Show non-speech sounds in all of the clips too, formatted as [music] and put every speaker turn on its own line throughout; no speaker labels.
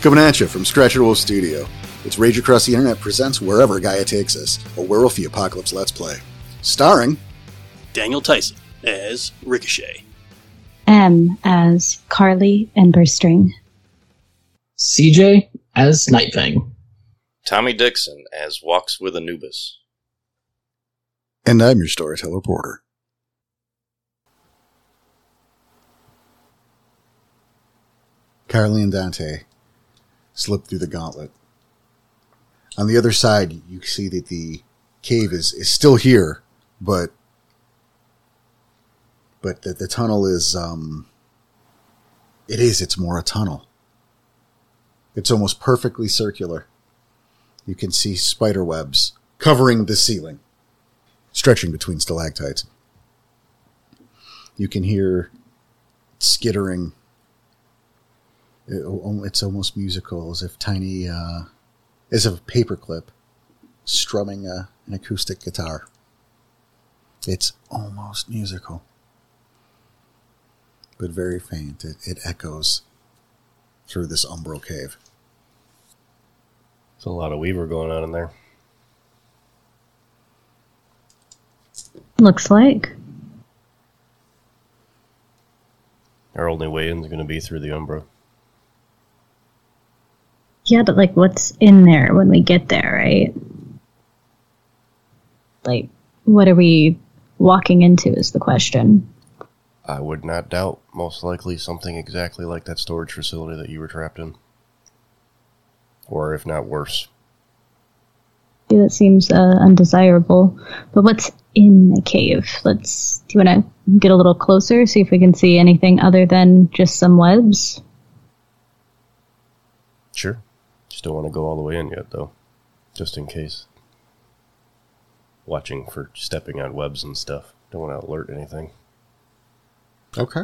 Coming at you from Stretch Wolf Studio. It's Rage Across the Internet presents Wherever Gaia Takes Us, a werewolf the apocalypse let's play. Starring
Daniel Tyson as Ricochet.
M as Carly and Burstring.
CJ as Nightfang.
Tommy Dixon as Walks with Anubis.
And I'm your storyteller, Porter. Carly and Dante slip through the gauntlet. On the other side, you see that the cave is, is still here, but but that the tunnel is um it is it's more a tunnel. It's almost perfectly circular. You can see spider webs covering the ceiling, stretching between stalactites. You can hear skittering it- al- it's almost musical, as if tiny, uh, as if a paperclip strumming a, an acoustic guitar. It's almost musical, but very faint. It, it echoes through this umbral cave.
There's a lot of Weaver going on in there.
Looks like.
Our only way in is going to be through the Umbra.
Yeah, but like what's in there when we get there, right? Like, what are we walking into is the question.
I would not doubt, most likely, something exactly like that storage facility that you were trapped in. Or if not worse.
See, That seems uh, undesirable. But what's in the cave? Let's. Do you want to get a little closer, see if we can see anything other than just some webs?
Sure. Just don't want to go all the way in yet, though. Just in case. Watching for stepping on webs and stuff. Don't want to alert anything.
Okay.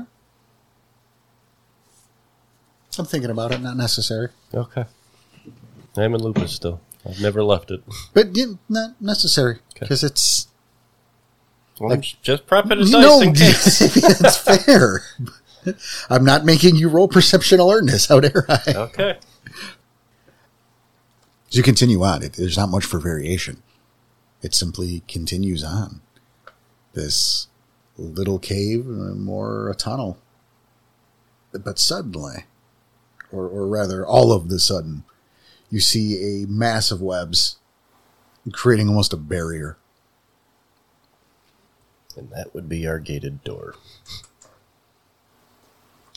I'm thinking about it. Not necessary,
Okay. I'm in Lupus still. I've never left it.
but yeah, not necessary because it's
Well, I'm just prepping it
no. [laughs]
nice [laughs] in case.
it's fair. [laughs] I'm not making you roll perception alertness. How dare I?
Okay.
As you continue on, it, there's not much for variation. It simply continues on. This little cave, uh, more a tunnel. But suddenly, or, or rather, all of the sudden, you see a mass of webs creating almost a barrier.
And that would be our gated door.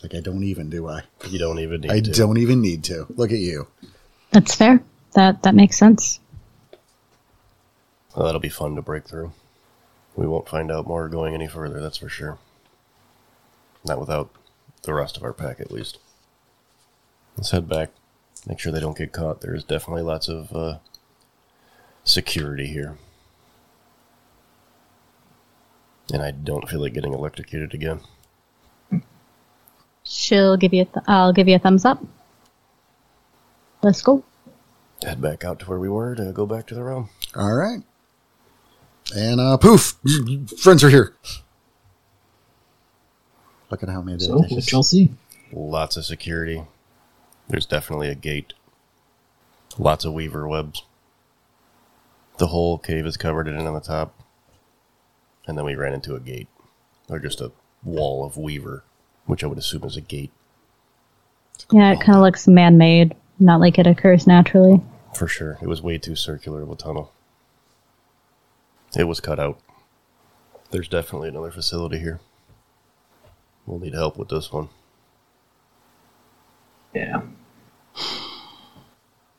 Like, I don't even, do I?
You don't even need
I
to.
don't even need to. Look at you.
That's fair. That that makes sense.
Well, that'll be fun to break through. We won't find out more going any further, that's for sure. Not without the rest of our pack, at least. Let's head back. Make sure they don't get caught. There's definitely lots of uh, security here. And I don't feel like getting electrocuted again.
She'll give you. A th- I'll give you a thumbs up. Let's go.
Head back out to where we were to go back to the realm.
All right. And uh, poof, friends are here. Look at how many.
So, what y'all see?
Lots of security. There's definitely a gate. Lots of weaver webs. The whole cave is covered in on the top. And then we ran into a gate. Or just a wall of weaver, which I would assume is a gate
Yeah, it kind of looks man-made, not like it occurs naturally.
for sure. It was way too circular of a tunnel. It was cut out. There's definitely another facility here. We'll need help with this one.
Yeah.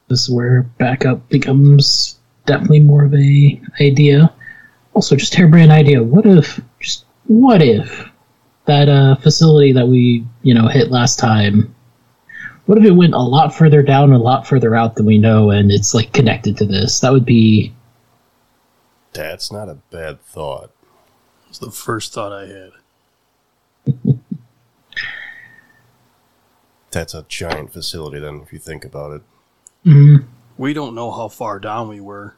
This is where backup becomes definitely more of a idea. Also, just harebrained idea. What if? Just what if that uh, facility that we you know hit last time? What if it went a lot further down, a lot further out than we know, and it's like connected to this? That would be
That's not a bad thought.
That was the first thought I had.
That's a giant facility, then, if you think about it.
We don't know how far down we were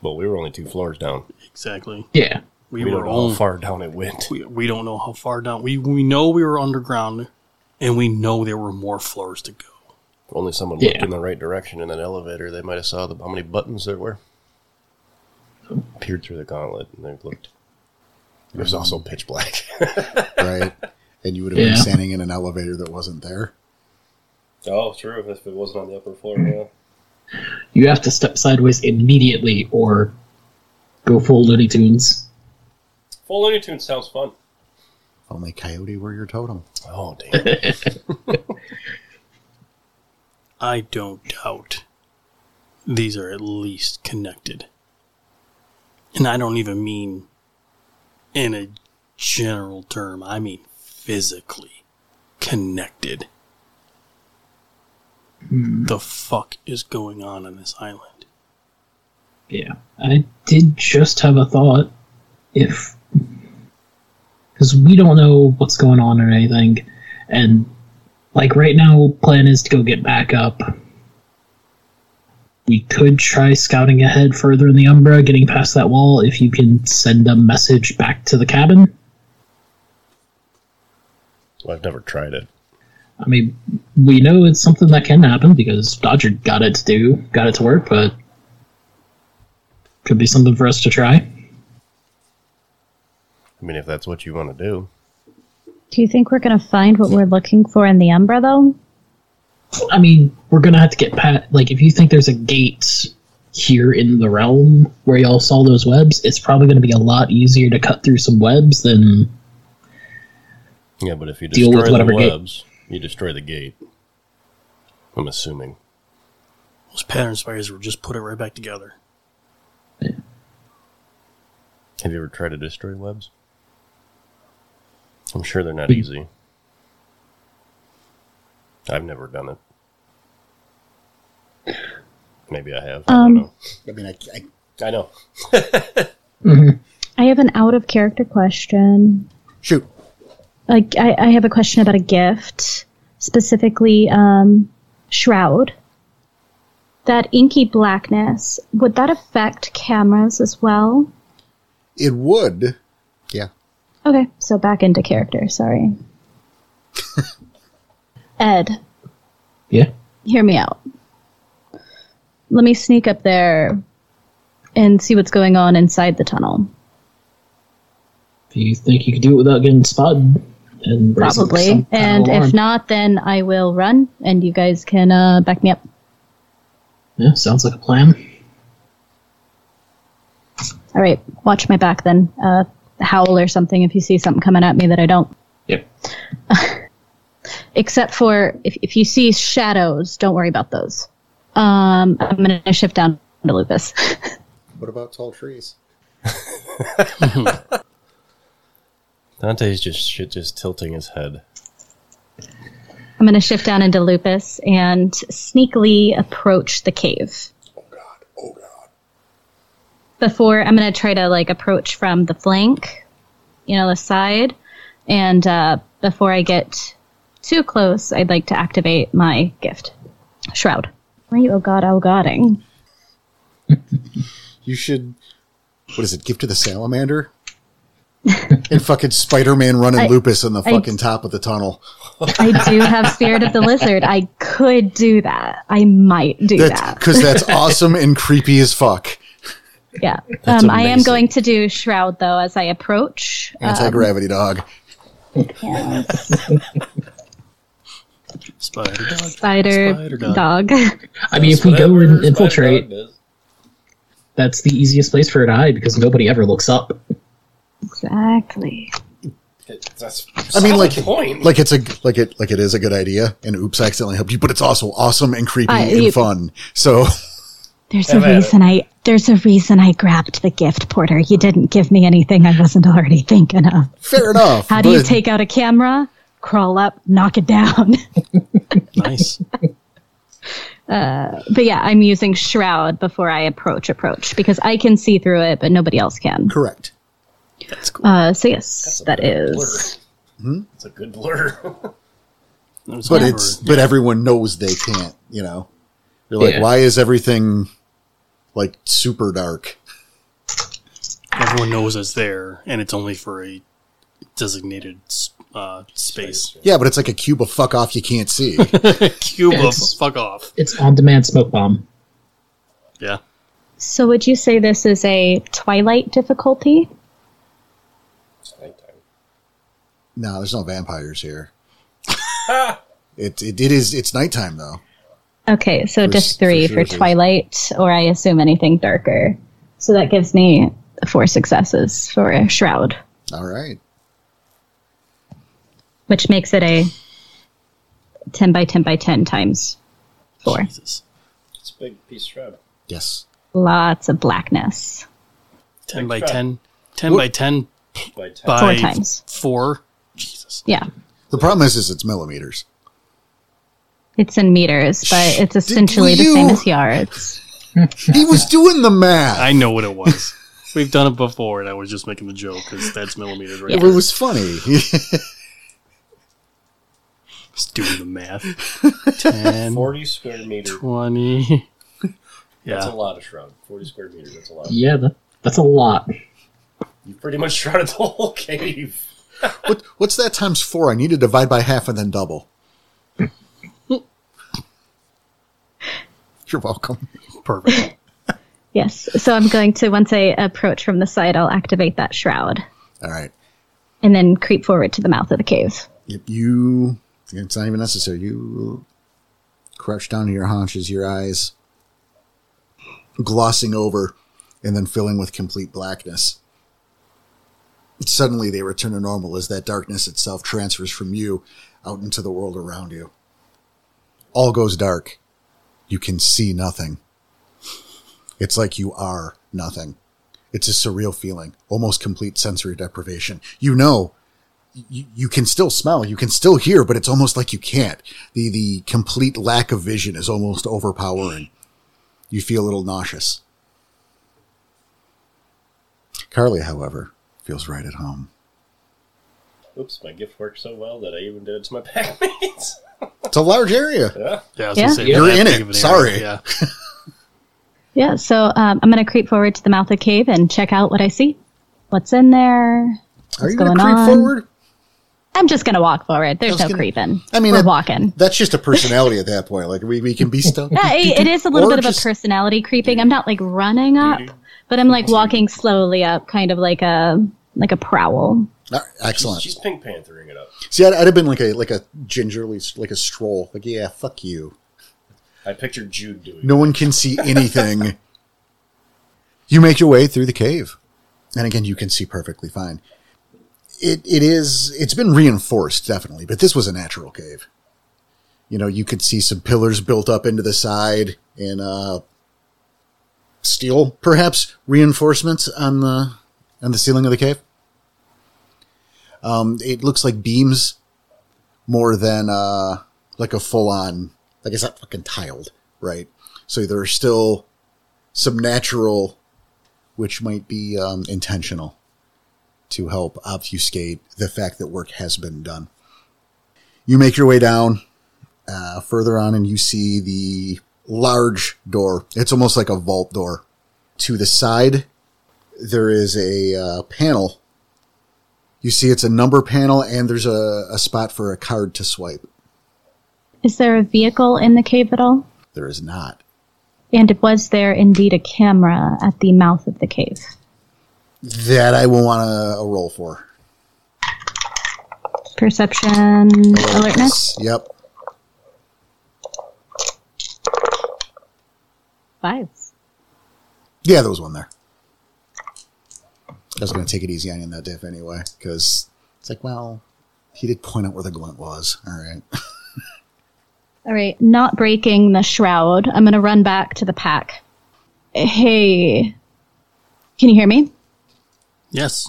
Well, we were only two floors down.
exactly.
yeah.
We,
We,
were
don't know
on.
how far down it went.
we, we don't know how far down. We we know we were underground, and we know there were more floors to go.
[laughs] If only someone looked
Yeah.
in the right direction in that elevator, they might have saw the, how many buttons there were. Peered through the gauntlet and they looked. It was also pitch black. [laughs]
right? and you would have been
Yeah.
standing in an elevator that wasn't there.
oh, true. If it wasn't on the upper floor, yeah.
You have to step sideways immediately or go full Looney Tunes.
Full Looney Tunes sounds fun.
If Only Coyote were your totem.
Oh,
[laughs]
damn.
I don't doubt these are at least connected. And I don't even mean in a general term, I mean physically connected.
Hmm.
The fuck is going on on this island?
Yeah. I did just have a thought. If. Because we don't know what's going on or anything. And, like, right now, plan is to go get back up. We could try scouting ahead further in the Umbra, getting past that wall, if you can send a message back to the cabin.
well, I've never tried it.
I mean, we know it's something that can happen because Dodger got it to do, got it to work, but could be something for us to try.
I mean, if that's what you want to do,
Do you think we're going to find what we're looking for in the Umbra, though?
I mean, we're gonna have to get pat. Like, if you think there's a gate here in the realm where y'all saw those webs, it's probably gonna be a lot easier to cut through some webs than
Yeah, but if you
Deal with
destroy the
whatever gate-
webs, you destroy the gate. I'm assuming.
Those pattern spiders will just put it right back together.
Have you ever tried to destroy webs? I'm sure they're not
We-
easy. I've never done it. Maybe I have. I
Um,
don't know.
I mean, I, I,
I know.
I have an out of character question.
shoot.
Like, I, I have a question about a gift, specifically um, Shroud. That inky blackness, would that affect cameras as well?
It would. Yeah.
Okay, so back into character, sorry. Ed,
yeah.
hear me out. Let me sneak up there and see what's going on inside the tunnel.
If you think you could do it without getting spotted, and raise some
Probably.
kind of
And
alarm.
if not, then I will run and you guys can uh, back me up.
yeah, sounds like a plan.
All right, watch my back then. Uh, howl or something if you see something coming at me that I don't.
Yep.
Except for if, if you see shadows, don't worry about those. Um, I'm going to shift down to Lupus. [laughs]
What about tall trees?
Dante's just shit, just tilting his head.
I'm going to shift down into Lupus and sneakily approach the cave.
Oh god.
Before, I'm going to try to like approach from the flank, you know, the side. And uh, before I get too close, I'd like to activate my gift, Shroud. Why are you, oh god, oh godding?
You should. What is it? Gift to the
[laughs]
salamander. and fucking Spider-Man running
I-
lupus on the
I-
fucking top of the tunnel.
I do have Spirit of the Lizard. I could do that. I might do
That's
that.
because
[laughs]
that's awesome and creepy as fuck.
Yeah.
That's
Um, I am
amazing.
going to do Shroud, though, as I approach. Uh,
Anti-gravity dog.
Spider dog.
spider,
Spider
dog. [laughs]
I mean, if we go and infiltrate, that's the easiest place for it to hide because nobody ever looks up.
exactly.
That's
I mean, like,
point.
like it's a like it like it is a good idea, and oops, I accidentally helped you, but it's also awesome and creepy
I-
and
you-
fun. So [laughs]
There's
Have
a
at it.
reason I there's a reason I grabbed the gift, Porter. You didn't give me anything I wasn't already thinking of. [laughs]
fair enough.
How do you
but-
take out a camera? Crawl up, knock it down. [laughs]
Nice.
but yeah, I'm using shroud before I approach approach because I can see through it, but nobody else can.
Correct.
That's cool.
Uh, so yes, that is.
It's a good blur.
That's
But
all
it's
for-
but everyone knows they can't. You know, you're like,
Yeah.
why is everything like super dark?
everyone knows it's there, and it's only for a designated s- uh, space.
Yeah, but it's like a cube of fuck off you can't
[laughs]
see.
Cuba,
Yes.
fuck off.
It's on demand smoke bomb.
Yeah.
So would you say this is a Twilight difficulty?
It's nighttime.
no, there's no vampires here.
[laughs]
it, it it is it's nighttime though.
Okay, so
For s-
just
for
three
sure
for,
it is.
Twilight, or I assume anything darker. So that gives me four successes for a shroud,
All right.
which makes it a 10 by 10 by 10 times four.
Jesus.
It's a big piece of shroud.
Yes.
Lots of blackness.
10 by
Big shroud.
10. 10 by 10
By ten.
by
Four times.
4. Jesus.
Yeah.
The problem is, is it's millimeters.
It's in meters, but it's
Did
essentially the same
you-
as yards.
He was doing the math.
I know what it was. [laughs] We've done it before, and I was just making the joke because that's millimeters right
Yeah.
it
there.
was funny.
Just doing the
[laughs]
math. 10,
Forty square meter.
20.
[laughs] That's
Yeah.
a lot of shroud. Forty square meter. That's a lot.
Yeah, that, that's a lot.
You pretty much shrouded the whole [laughs] cave.
[laughs] what, what's that times four? I need to divide by half and then double. You're welcome.
Perfect.
Yes. So I'm going to, once I approach from the side, I'll activate that shroud
All right.
and then creep forward to the mouth of the cave.
Yep, you. It's not even necessary. You crouch down to your haunches, your eyes glossing over, and then filling with complete blackness. Suddenly, they return to normal as that darkness itself transfers from you out into the world around you. All goes dark. You can see nothing. It's like you are nothing. It's a surreal feeling, almost complete sensory deprivation. You know you, you can still smell, you can still hear, but it's almost like you can't. The the complete lack of vision is almost overpowering. You feel a little nauseous. Carly, however, feels right at home.
Oops, my gift worked so well that I even did it to my [laughs] packmates.
It's a large area.
yeah.
Yeah, I was gonna
Yeah.
say,
You're
that
in
big
it.
of an area.
Sorry.
Yeah.
Yeah, so um, I'm going to creep forward to the mouth of the cave and check out what I see. What's in there?
Are you
What's
going
going
to creep
on?
forward?
I'm just going to walk forward.
I
There's
was
no
gonna-
creeping.
I mean, uh,
we're
that-
walking.
That's just a personality at that point. Like we, we can be
[laughs]
still.
Yeah, it- it is a little
Or
bit of a
just-
personality creeping. I'm not like running up, but I'm like walking slowly up, kind of like a like a prowl.
All right, excellent.
She's Pink Panthering it up.
See, I'd, I'd have been like a like a gingerly like a stroll. Like yeah, fuck you.
I pictured Jude doing
No one can see anything. you make your way through the cave. And again, you can see perfectly fine. It it is it's been reinforced definitely, but this was a natural cave. You know, you could see some pillars built up into the side and uh steel perhaps reinforcements on the on the ceiling of the cave. Um it looks like beams more than uh like a full on like it's not fucking tiled, right? So there are still some natural which might be um, intentional to help obfuscate the fact that work has been done. You make your way down uh, further on and you see the large door. It's almost like a vault door. To the side, there is a uh, panel. You see, it's a number panel, and there's a, a spot for a card to swipe.
Is there a vehicle in the cave at all?
There is not.
And was there indeed a camera at the mouth of the cave?
That I will want a, a roll for.
Perception, alertness,
Yep.
fives.
Yeah, there was one there. I was going to take it easy on you on that diff anyway, because it's like, well, he did point out where the glint was. All right.
All right, not breaking the shroud. I'm going to run back to the pack. Hey, can you hear me?
Yes.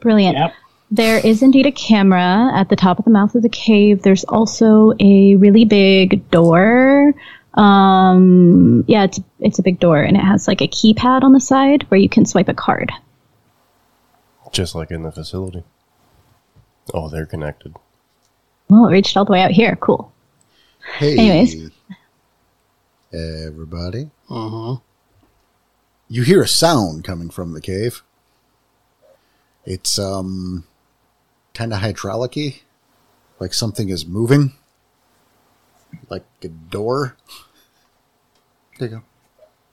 Brilliant.
Yep.
There is indeed a camera at the top of the mouth of the cave. There's also a really big door. Um, yeah, it's it's a big door, and it has like a keypad on the side where you can swipe a card.
Just like in the facility. Oh, they're connected.
Well, it reached all the way out here. Cool.
Hey.
Anyways.
Everybody.
Uh huh.
Mm-hmm.
You hear a sound coming from the cave. It's, um, kind of hydraulic like something is moving, like a door. There you go.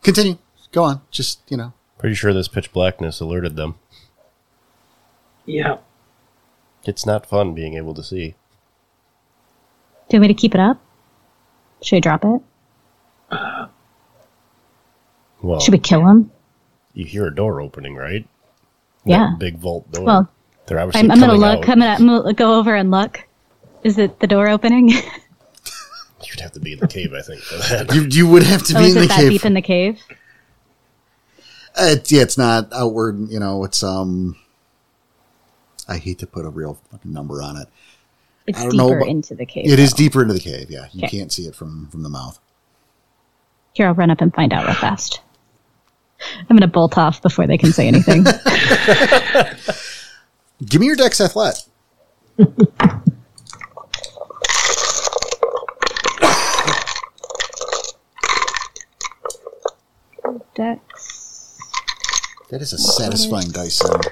Continue. Go on. Just you know.
Pretty sure this pitch blackness alerted them.
Yeah.
It's not fun being able to see.
Do you want me to keep it up? Should I drop it?
Well,
Should we kill him?
you hear a door opening, right?
Yeah.
That big vault door.
Well,
They're obviously
I'm, I'm gonna
coming
look.
out.
I'm gonna, I'm gonna go over and look. Is it the door opening? [laughs]
You'd have to be in the cave, I think, for that.
[laughs]
You you would have to
oh,
be
is
in
it
the
that
cave.
deep in the cave?
Uh, it's, yeah, it's not outward. You know, it's um. I hate to put a real fucking number on it.
It's
I
deeper
don't know, but
into the cave.
It is deeper into the cave. Yeah, you
Okay.
can't see it from from the mouth.
Here, I'll run up and find out real fast. I'm gonna bolt off before they can
[laughs]
say anything.
Give me your dex athlete.
Dex.
That is a satisfying dice sound.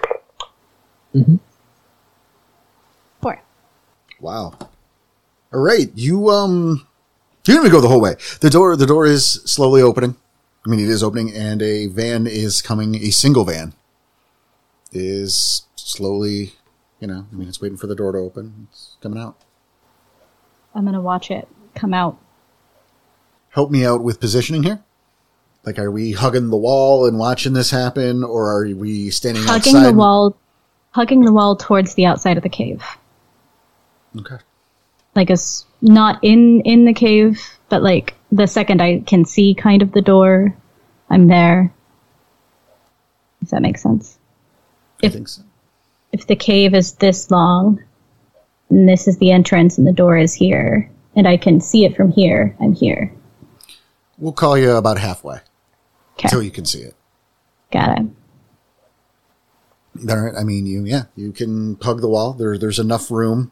Four.
Wow. All right, you um, you're gonna go the whole way. The door, the door is slowly opening. I mean, it is opening, and a van is coming. A single van is slowly, you know. I mean, it's waiting for the door to open. It's coming out.
I'm gonna watch it come out.
Help me out with positioning here. Like, are we hugging the wall and watching this happen, or are we standing
Hugging
outside?
the wall, hugging the wall towards the outside of the cave.
Okay.
like it's not in in the cave but like the second i can see kind of the door i'm there if that makes sense
I
If-
think so.
if the cave is this long and this is the entrance and the door is here and i can see it from here i'm here
We'll call you about halfway
okay
until you can see it.
got it
All right. I mean, you, yeah, you can hug the wall. There, there's enough room,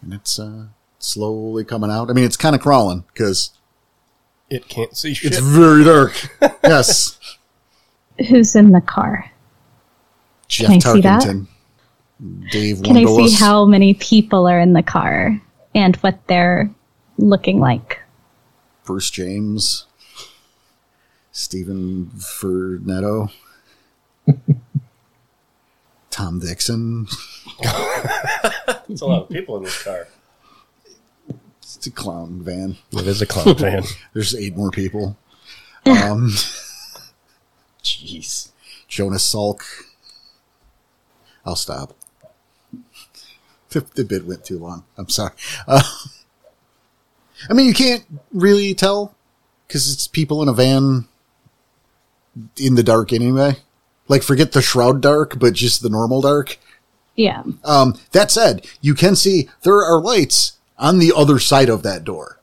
and it's uh, slowly coming out. I mean, it's kind of crawling because
It can't see shit.
it's very
[laughs]
dark. yes,
who's in the car
Jeff
I see that?
Tarkington, Dave.
can i see
Wondolus.
how many people are in the car and what they're looking like
Bruce James, Stephen
[laughs]
Fernetto, Tom Dixon.
It's a lot of people in this car.
It's a clown van.
It is
[laughs]
a clown fan.
There's eight more people. Um, [laughs]
Jeez.
Jonas Salk. I'll stop. The, the bit went too long. I'm sorry. Uh, [laughs] I mean, you can't really tell because it's people in a van in the dark anyway. Like, forget the shroud dark, but just the normal dark.
yeah Uh,
Um, that said, you can see there are lights on the other side of that door.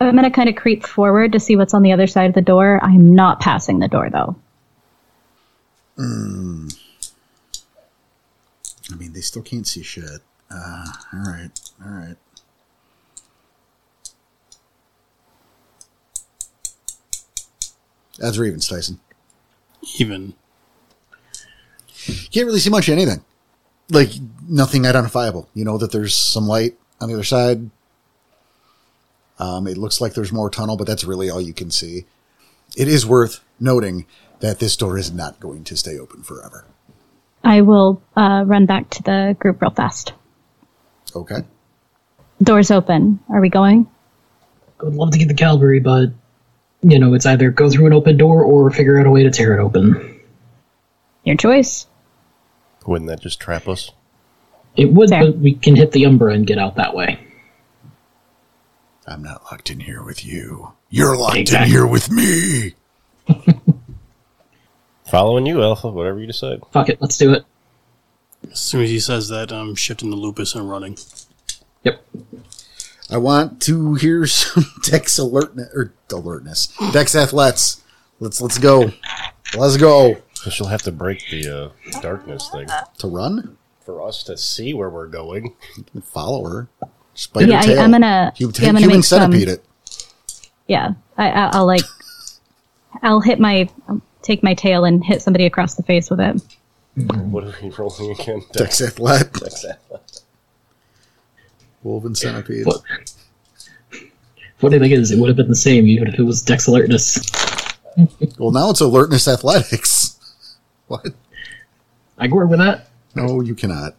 I'm gonna kind of creep forward to see what's on the other side of the door. I'm not passing the door though.
I mean, they still can't see shit. Uh, all right, all right. That's Ravens Tyson.
Even
You can't really see much of anything. Like nothing identifiable. You know that there's some light on the other side. Um, it looks like there's more tunnel, but that's really all you can see. It is worth noting that this door is not going to stay open forever.
I will uh, run back to the group real fast.
Okay.
Doors open. Are we going?
I would love to get the Calvary, but you know, it's either go through an open door or figure out a way to tear it open.
Your choice.
Wouldn't that just trap us?
It would,
Fair.
but we can hit the Umbra and get out that way.
I'm not locked in here with you. You're locked
Exactly.
in here with me.
Following you, Alpha, whatever you decide.
Fuck it, let's do it.
as soon as he says that, I'm shifting the lupus and running.
Yep.
I want to hear some [laughs] Dex alertness or alertness. Dex athletes. Let's let's go. Let's go.
So she'll have to break the uh, darkness thing
To run?
for us to see where we're going. [laughs]
Follow her. Spider
Yeah, I-
tail.
I'm gonna-
Hu-
yeah, I'm gonna
human
make some-
centipede it.
Yeah. I, I, I'll like. I'll hit my. I'll take my tail and hit somebody across the face with it.
What are we rolling again?
[laughs]
Dex Athlete, [laughs]
Dex athletics.
Wolf and Centipede.
What? Funny thing is, it would have been the same even if it was Dex Alertness.
Well, now it's Alertness Athletics. [laughs] What?
I can work with that.
No, you cannot.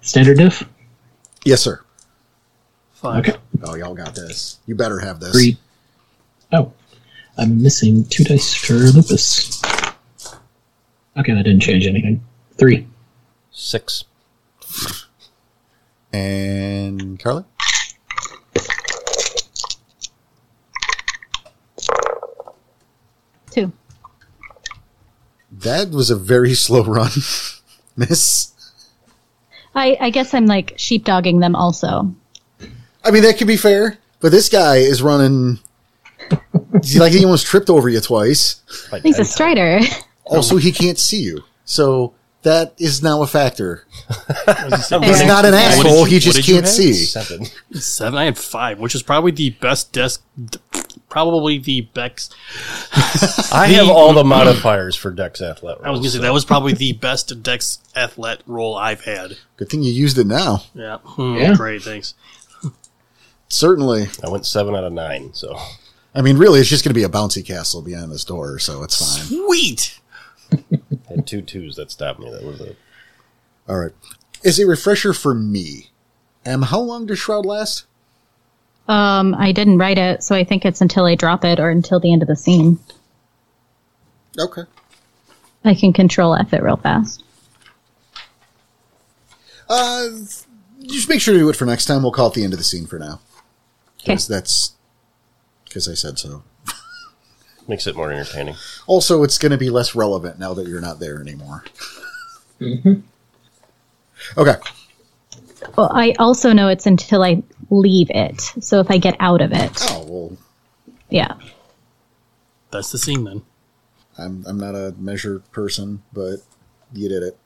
Standard diff.
Yes, sir.
Five.
Okay.
Oh, y'all got this. You better have this.
Three. Oh, I'm missing two dice for Lupus. Okay, that didn't change anything. Three.
Six.
And Carly?
Two.
That was a very [laughs] slow run. Miss.
I, I guess I'm like sheepdogging them also.
I mean, that could be fair, but this guy is running. [laughs] He's like he almost tripped over you twice.
By
He's a
ten
strider.
Also, he can't see you. So that is now a factor. He's
[laughs] Fair.
not an
did
asshole.
you-
he
what
just
did you
can't
have?
see.
Seven.
Seven. I had five, which is probably the best desk, probably the best.
I
The-
have all the modifiers for Dex Athletics.
I was gonna say that was probably the best Dex athlete roll I've had.
Good thing you used it now.
Yeah. Hmm,
Yeah.
Great. Thanks.
Certainly.
I went seven out of nine, so [laughs]
I mean, really, it's just going to be a bouncy castle behind this door, so it's fine.
Sweet.
I had two twos that stopped me. That was a
All right. As a refresher for me, um, how long does Shroud last?
Um, I didn't write it, so I think it's until I drop it or until the end of the scene.
Okay.
I can control F it real fast.
Uh, just make sure to do it for next time. We'll call it the end of the scene for now.
'Kay.
Because that's because I said so.
makes it more entertaining.
Also, it's going to be less relevant now that you're not there anymore. Mm-hmm. Okay.
Well, I also know it's until I leave it. So if I get out of it,
Oh well,
yeah.
That's the scene then.
I'm I'm not a measure person, but you did it.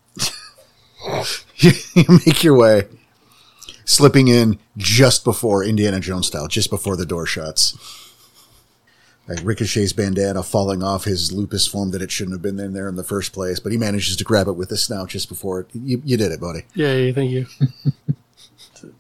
[laughs] you make your way, slipping in just before Indiana Jones style, just before the door shuts. Like Ricochet's bandana falling off his lupus form that it shouldn't have been in there in the first place, but he manages to grab it with his snout just before it. You, you did it, buddy.
Yay! Thank [laughs] you.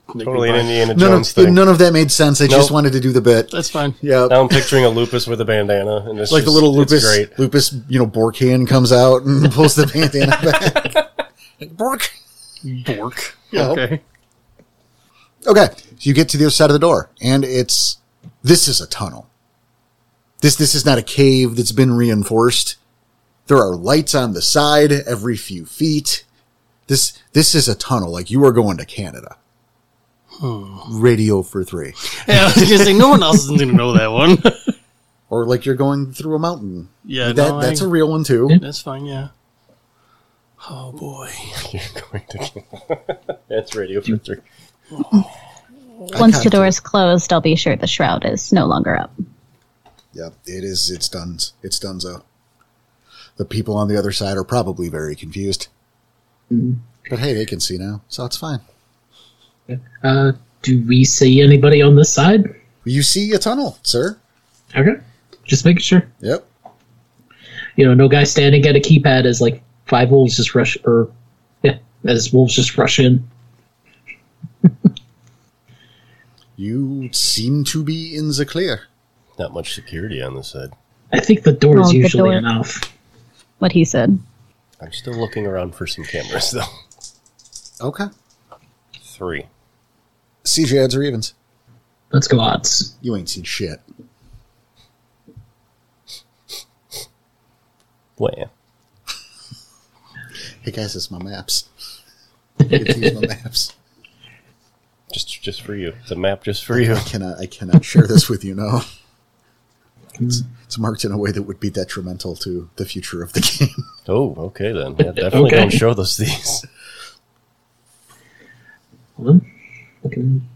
Totally an Indiana
None
Jones
of,
thing.
none of that made sense. I just
Nope.
wanted to do the bit.
That's [laughs] fine.
Yeah,
Now I'm picturing a lupus with a bandana, and it's
like the
just-
little
it's
lupus
Great. [laughs]
lupus you know bork hand comes out and [laughs] pulls the bandana back
[laughs]
Like, bork
Bork.
Yeah.
Okay.
okay so you get to the other side of the door and it's this is a tunnel this this is not a cave that's been reinforced there are lights on the side every few feet this this is a tunnel like you are going to canada
Hmm.
radio for three
[laughs] Yeah, I was gonna say no one else is gonna know that one. [laughs]
or like you're going through a mountain
yeah,
that,
no,
that's
I,
a real one too
that's fine. Yeah. Oh boy.
You're going to. [laughs] That's radio for three.
Once the door is closed, I'll be sure the shroud is no longer up.
Yep, it is. It's done. It's donezo. The people on the other side are probably very confused. But hey, they can see now, so it's fine.
Uh, do we see anybody on this side?
You see a tunnel, sir.
Okay. Just making sure.
Yep.
You know, no guy standing at a keypad as like five wolves just rush, or yeah, as wolves just rush in.
You seem to be in the clear.
Not much security on this side.
I think the door
Oh,
is
the
usually
door.
enough.
What he said.
I'm still looking around for some cameras, though. [laughs]
Okay.
Three.
CJ adds or evens.
Let's go odds.
You ain't seen shit.
Wham.
Hey guys, it's my maps. It's these my maps.
Just, just for you. It's a map just for you.
I cannot. I cannot share this with you. No. It's, it's marked in a way that would be detrimental to the future of the [laughs] game.
Oh, okay then. Yeah, definitely
Okay.
don't show those these.
Hold on. We can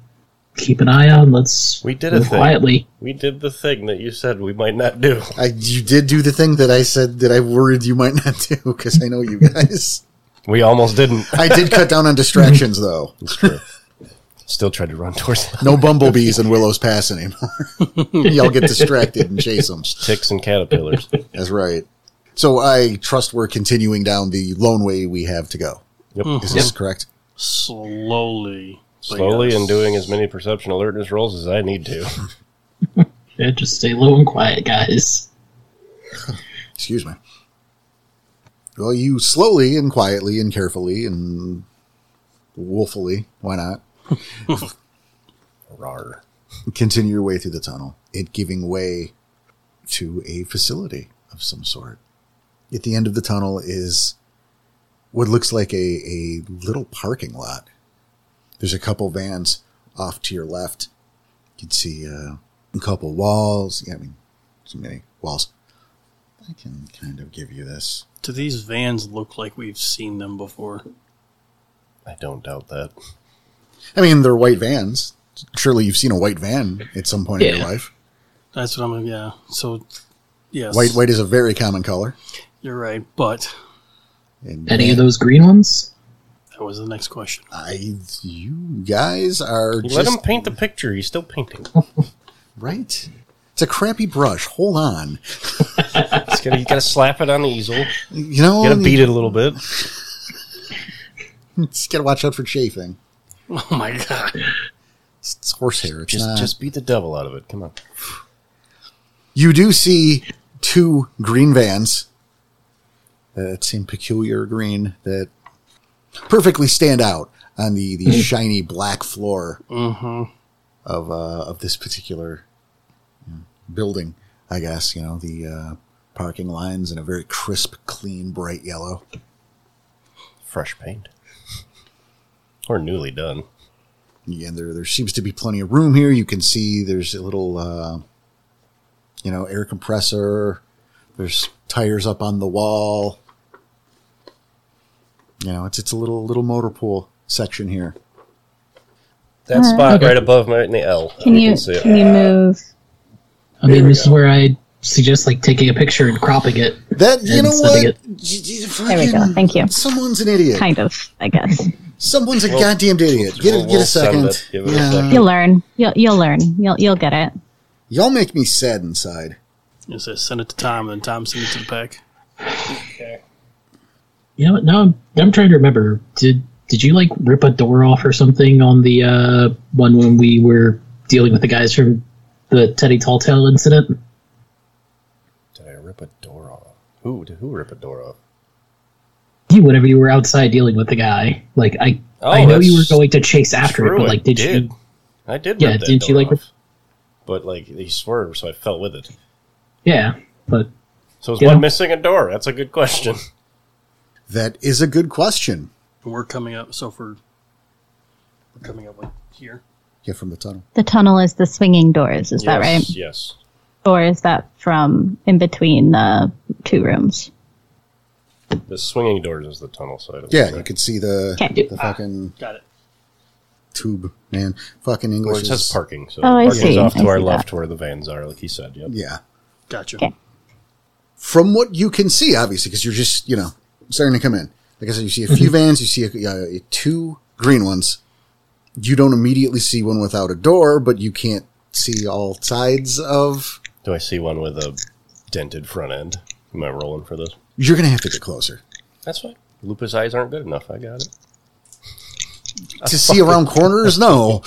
keep an eye on. Let's
We did a
move
thing.
quietly.
[laughs] We did the thing that you said we might not do.
I, you did do the thing that I said that I worried you might not do because I know you guys.
We almost didn't.
I did cut down on distractions though.
It's true. Still tried to run towards [laughs]
No bumblebees in Willow's Pass [laughs] anymore. Y'all get distracted and chase them.
ticks and caterpillars.
That's right. So I trust we're continuing down the lone way we have to go.
Yep.
Is this correct?
Slowly. but
Slowly
yes.
and doing as many perception alertness rolls as I need to.
Yeah, just stay low and quiet, guys.
Excuse me. Well, you slowly and quietly and carefully and woefully, why not,
Rar.
continue your way through the tunnel, it giving way to a facility of some sort. At the end of the tunnel is what looks like a, a little parking lot. There's a couple vans off to your left. You can see uh, a couple walls. Yeah, I mean, too many walls. I can kind of give you this.
Do these vans look like we've seen them before?
[laughs] I don't doubt that.
I mean, they're white vans. Surely you've seen a white van at some point in
Yeah.
your life.
That's what I'm. Yeah. So, yes.
White, white is a very common color.
You're right. But
And
Any of those green ones?
that was the next question.
I, you guys are
You
just
let him paint the picture. He's still painting.
right. It's a crappy brush. Hold on.
[laughs] He's gotta, you gotta slap it on the easel. You
You know,
gotta beat it a little bit.
[laughs] Just gotta watch out for chafing.
Oh my god.
It's, it's horsehair. It's
Just,
not-
just beat the devil out of it. Come on.
You do see two green vans that seem peculiar green that perfectly stand out on the, the shiny black floor of uh, of this particular you know, building. I guess you know the uh, parking lines in a very crisp, clean, bright yellow.
Fresh paint. Or newly done.
Yeah, and there there seems to be plenty of room here. You can see there's a little, uh, you know, air compressor. There's tires up on the wall. You know, it's it's a little little motor pool section here.
That spot right above my in the L.
Can you
see it.
can you move?
I mean, this is where I suggest like taking a picture and cropping it.
That you
And
know what?
setting it.
You- you
There we go.
fucking-
Thank you.
Someone's an idiot.
Kind of, I guess.
Someone's a goddamned idiot. Get
we'll-
it. Get
we'll
a
send
second.
it. Give it a
yeah.
second.
You'll learn. You'll you'll learn. You'll you'll get it.
Y'all make me sad inside.
Yes, I send it to Tom, and Tom sent it to the pack.
You know, what? now I'm, I'm trying to remember. Did did you like rip a door off or something on the uh, one when we were dealing with the guys from the Teddy Talltale incident?
Did I rip a door off? Who did who rip a door off?
You, whenever you were outside dealing with the guy, like I,
Oh,
I know you were
that's
going to chase after it,
True,
but
I
like, did, you?
I did.
Yeah,
rip that
didn't you,
door
like, rip-
off. But like he swerved, so I fell with it.
Yeah, but
So is
You
one
know?
missing a door? That's a good question.
That is a good question.
And we're coming up. So for we're coming up like here.
Yeah, from the tunnel.
The tunnel is the swinging doors. Is that right?
yes, Yes.
Or is that from in between the two rooms?
The swinging doors is the tunnel side. Of
Yeah,
it.
you could see the
Okay.
the fucking
Got it.
tube man. Fucking
Well,
English
it
is
says parking, so
Oh, I
parking's
see,
off
I
to our
see
left
that.
where the vans are, like he said. Yep.
Yeah.
Gotcha.
Okay.
From what you can see, obviously, because you're just, you know, starting to come in. Like I said, you see a
Mm-hmm.
few vans, you see a, uh, two green ones. You don't immediately see one without a door, but you can't see all sides of.
Do I see one with a dented front end? Am I rolling for this?
You're going to have to get closer
That's fine. Lupus eyes aren't good enough. I got it.
to see
[laughs]
around corners. No,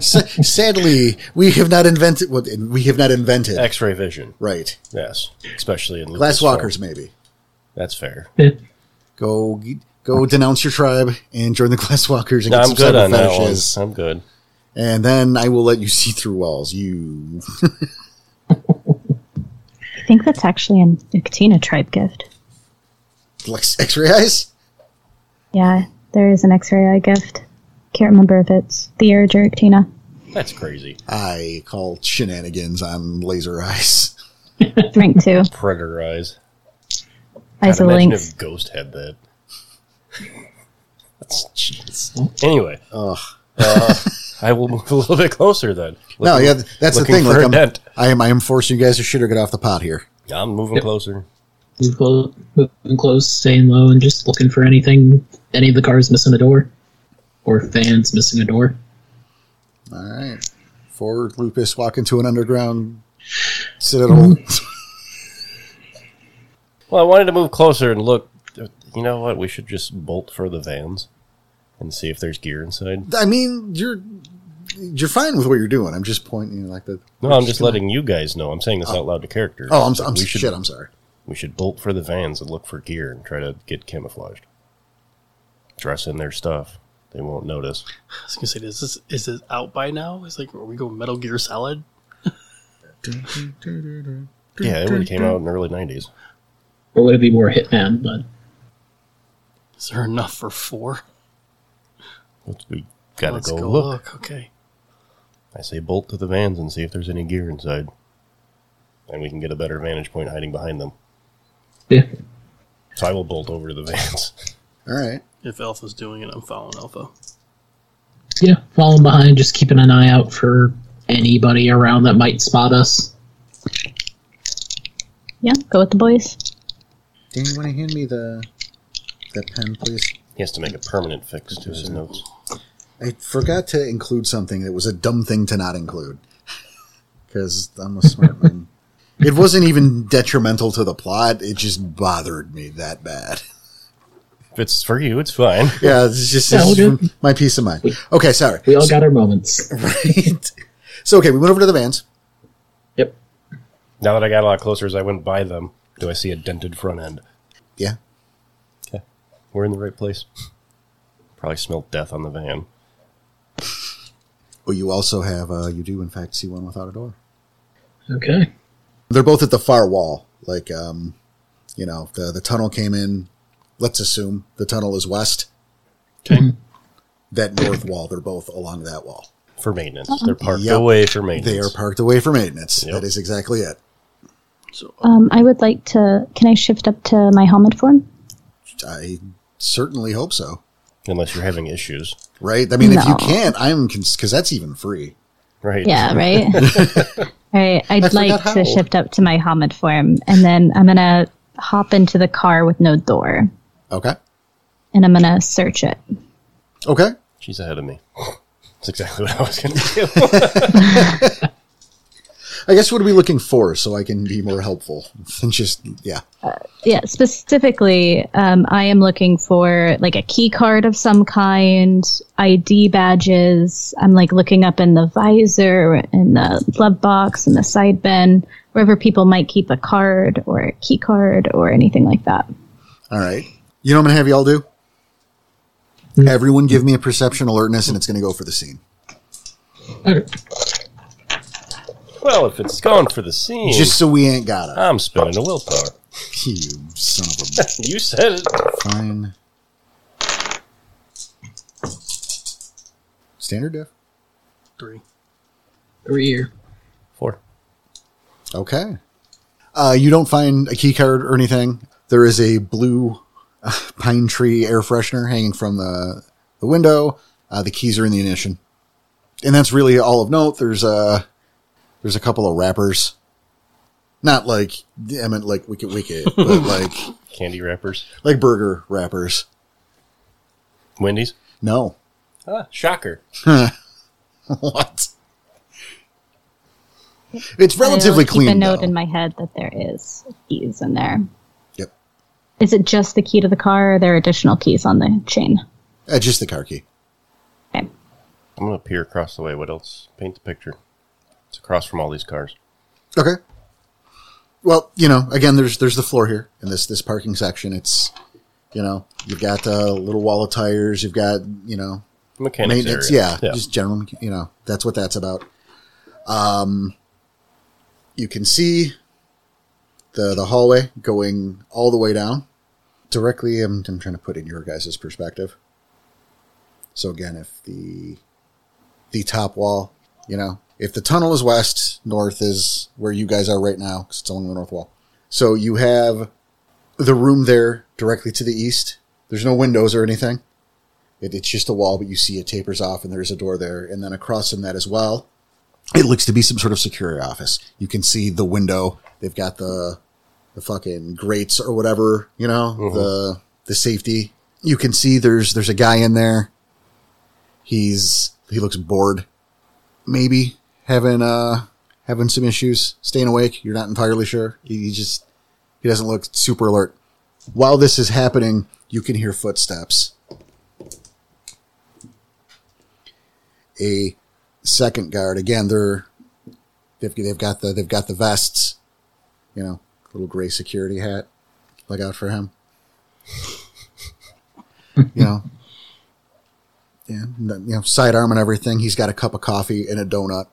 Sa- sadly, we have not invented what we have not invented.
X-ray vision.
Right,
Yes, especially in lupus
glass walkers
form.
maybe.
That's fair.
it,
Go, go, denounce your tribe and join the glass walkers and
No,
get
I'm
some
good
cyber
on that one.
fetishes.
I'm good.
and then I will let you see through walls. You,
I think that's actually an Uctina tribe gift.
like X-ray eyes.
Yeah, there is an X-ray eye gift. Can't remember if it's Theurge or Uctina.
That's crazy.
I call shenanigans on laser
[laughs]
eyes.
Drink two.
Predator eyes. God,
Isolinks.
imagine if Ghost had that. That's genius. Anyway,
Ugh.
uh, I will move a little bit closer then.
no, yeah, that's the
looking
thing.
for
Like
a
I'm,
dent.
I am, I am forcing you guys to shit or get off the pot here.
I'm moving closer.
move clo- moving close, staying low, and just looking for anything, any of the cars missing a door, or fans missing a door.
All right,
Mm-hmm.
forward lupus walk into an underground citadel.
Well, I wanted to move closer and look. You know what? We should just bolt for the vans and see if there's gear inside.
I mean, you're you're fine with what you're doing. I'm just pointing you like that.
No, I'm just letting you guys know. I'm saying this out loud to characters.
Oh, I'm, I'm
we should,
shit. I'm sorry.
We should bolt for the vans and look for gear and try to get camouflaged. Dress in their stuff. They won't notice.
I was gonna say, is this is this out by now? It's like, are we going Metal Gear Solid?
Yeah, it would've came out in the early 90s.
Or would it be more Hitman? But
Is there enough for four?
Let's- We gotta
Let's
go, look.
Okay.
I say bolt to the vans and see if there's any gear inside. And we can get a better vantage point hiding behind them.
yeah,
So I will bolt over to the [laughs] vans.
All right.
If Alpha's doing it, I'm following Alpha.
yeah, falling behind, just keeping an eye out for anybody around that might spot us.
Yeah, go with the boys.
Dan, you want to hand me the that pen, please?
He has to make a permanent fix to his notes.
I forgot to include something that was a dumb thing to not include. [laughs] Because I'm a smart man. It wasn't even detrimental to the plot. It just bothered me that bad. [laughs]
If it's for you, it's fine.
Yeah, it's just,
Yeah,
it's
we'll do
just my peace of mind. Okay, sorry.
We
[laughs]
all got our moments.
right. So okay, we went over to the vans.
Yep.
Now that I got a lot closer as I went by them, do I see a dented front end?
Yeah.
Okay. We're in the right place. Probably smelled death on the van.
Well, you also have uh, you do in fact see one without a door.
Okay.
They're both at the far wall. Like um, you know, the the tunnel came in. Let's assume the tunnel is west.
Okay.
That north wall. They're both along that wall.
For maintenance. They're parked
Yep.
away
They
for
are
maintenance.
parked away for maintenance.
Yep.
That is exactly it.
So
Um, I would like to. Can I shift up to my helmet form?
I certainly hope so.
Unless you're having issues.
Right? I mean, if you
No.
can't, I'm because that's even free.
Right.
[laughs]
Yeah, right. All right,
I
I'd
forgot
like
how.
to shift up to my helmet form, and then I'm gonna hop into the car with no door,
Okay.
and I'm gonna search it.
Okay.
She's ahead of me. That's exactly what I was
[laughs]
going to do.
I guess what are we looking for so I can be more helpful [laughs] than just yeah.
Yeah, specifically, um, I am looking for like a key card of some kind, ID badges. I'm like looking up in the visor, in the glove box, in the side bin, wherever people might keep a card or a key card or anything like that.
All right. You know what I'm going to have you all do? Everyone give me a perception alertness and it's going to go for the scene.
Okay.
well, if it's going for the scene,
Just so we ain't got it.
I'm spinning a willpower. [laughs]
You son of
You said it.
a fine. Standard diff.
three.
Over here.
Four.
Okay. Uh, you don't find a key card or anything. There is a blue uh, pine tree air freshener hanging from the, the window. Uh, the keys are in the ignition. And that's really all of note. There's a, there's a couple of wrappers. Not like, I meant like Wicked Wicked, but like,
Candy wrappers.
like burger wrappers.
Wendy's.
No. [laughs]
Ah, shocker.
what? It's relatively
I will keep
clean.
a note
though.
in my head that there is keys in there.
yep.
Is it just the key to the car? Or are there additional keys on the chain?
Uh, just the car key.
Okay.
I'm going to peer across the way. What else? Paint the picture. It's across from all these cars.
Okay. Well, you know, again, there's there's the floor here in this this parking section. It's you know you've got a little wall of tires. You've got you know
Mechanics
maintenance.
area.
Yeah, just general. You know that's what that's about. Um, you can see the the hallway going all the way down directly. I'm, I'm trying to put in your guys' perspective. So again, if the the top wall, you know, if the tunnel is west, north is where you guys are right now, 'cause it's along the north wall. So you have the room there directly to the east. There's no windows or anything. It, it's just a wall, but you see it tapers off, and there's a door there. And then across from that as well, it looks to be some sort of security office. You can see the window. They've got the the fucking grates or whatever, you know, the the safety. You can see there's there's a guy in there. He's he looks bored, maybe having uh having some issues, staying awake. You're not entirely sure. He, he just He doesn't look super alert. While this is happening, you can hear footsteps. A second guard. Again, they're they've, they've got the they've got the vests, you know, little gray security hat. Look out for him. [laughs] you know, yeah, n- you know, sidearm and everything. He's got a cup of coffee and a donut.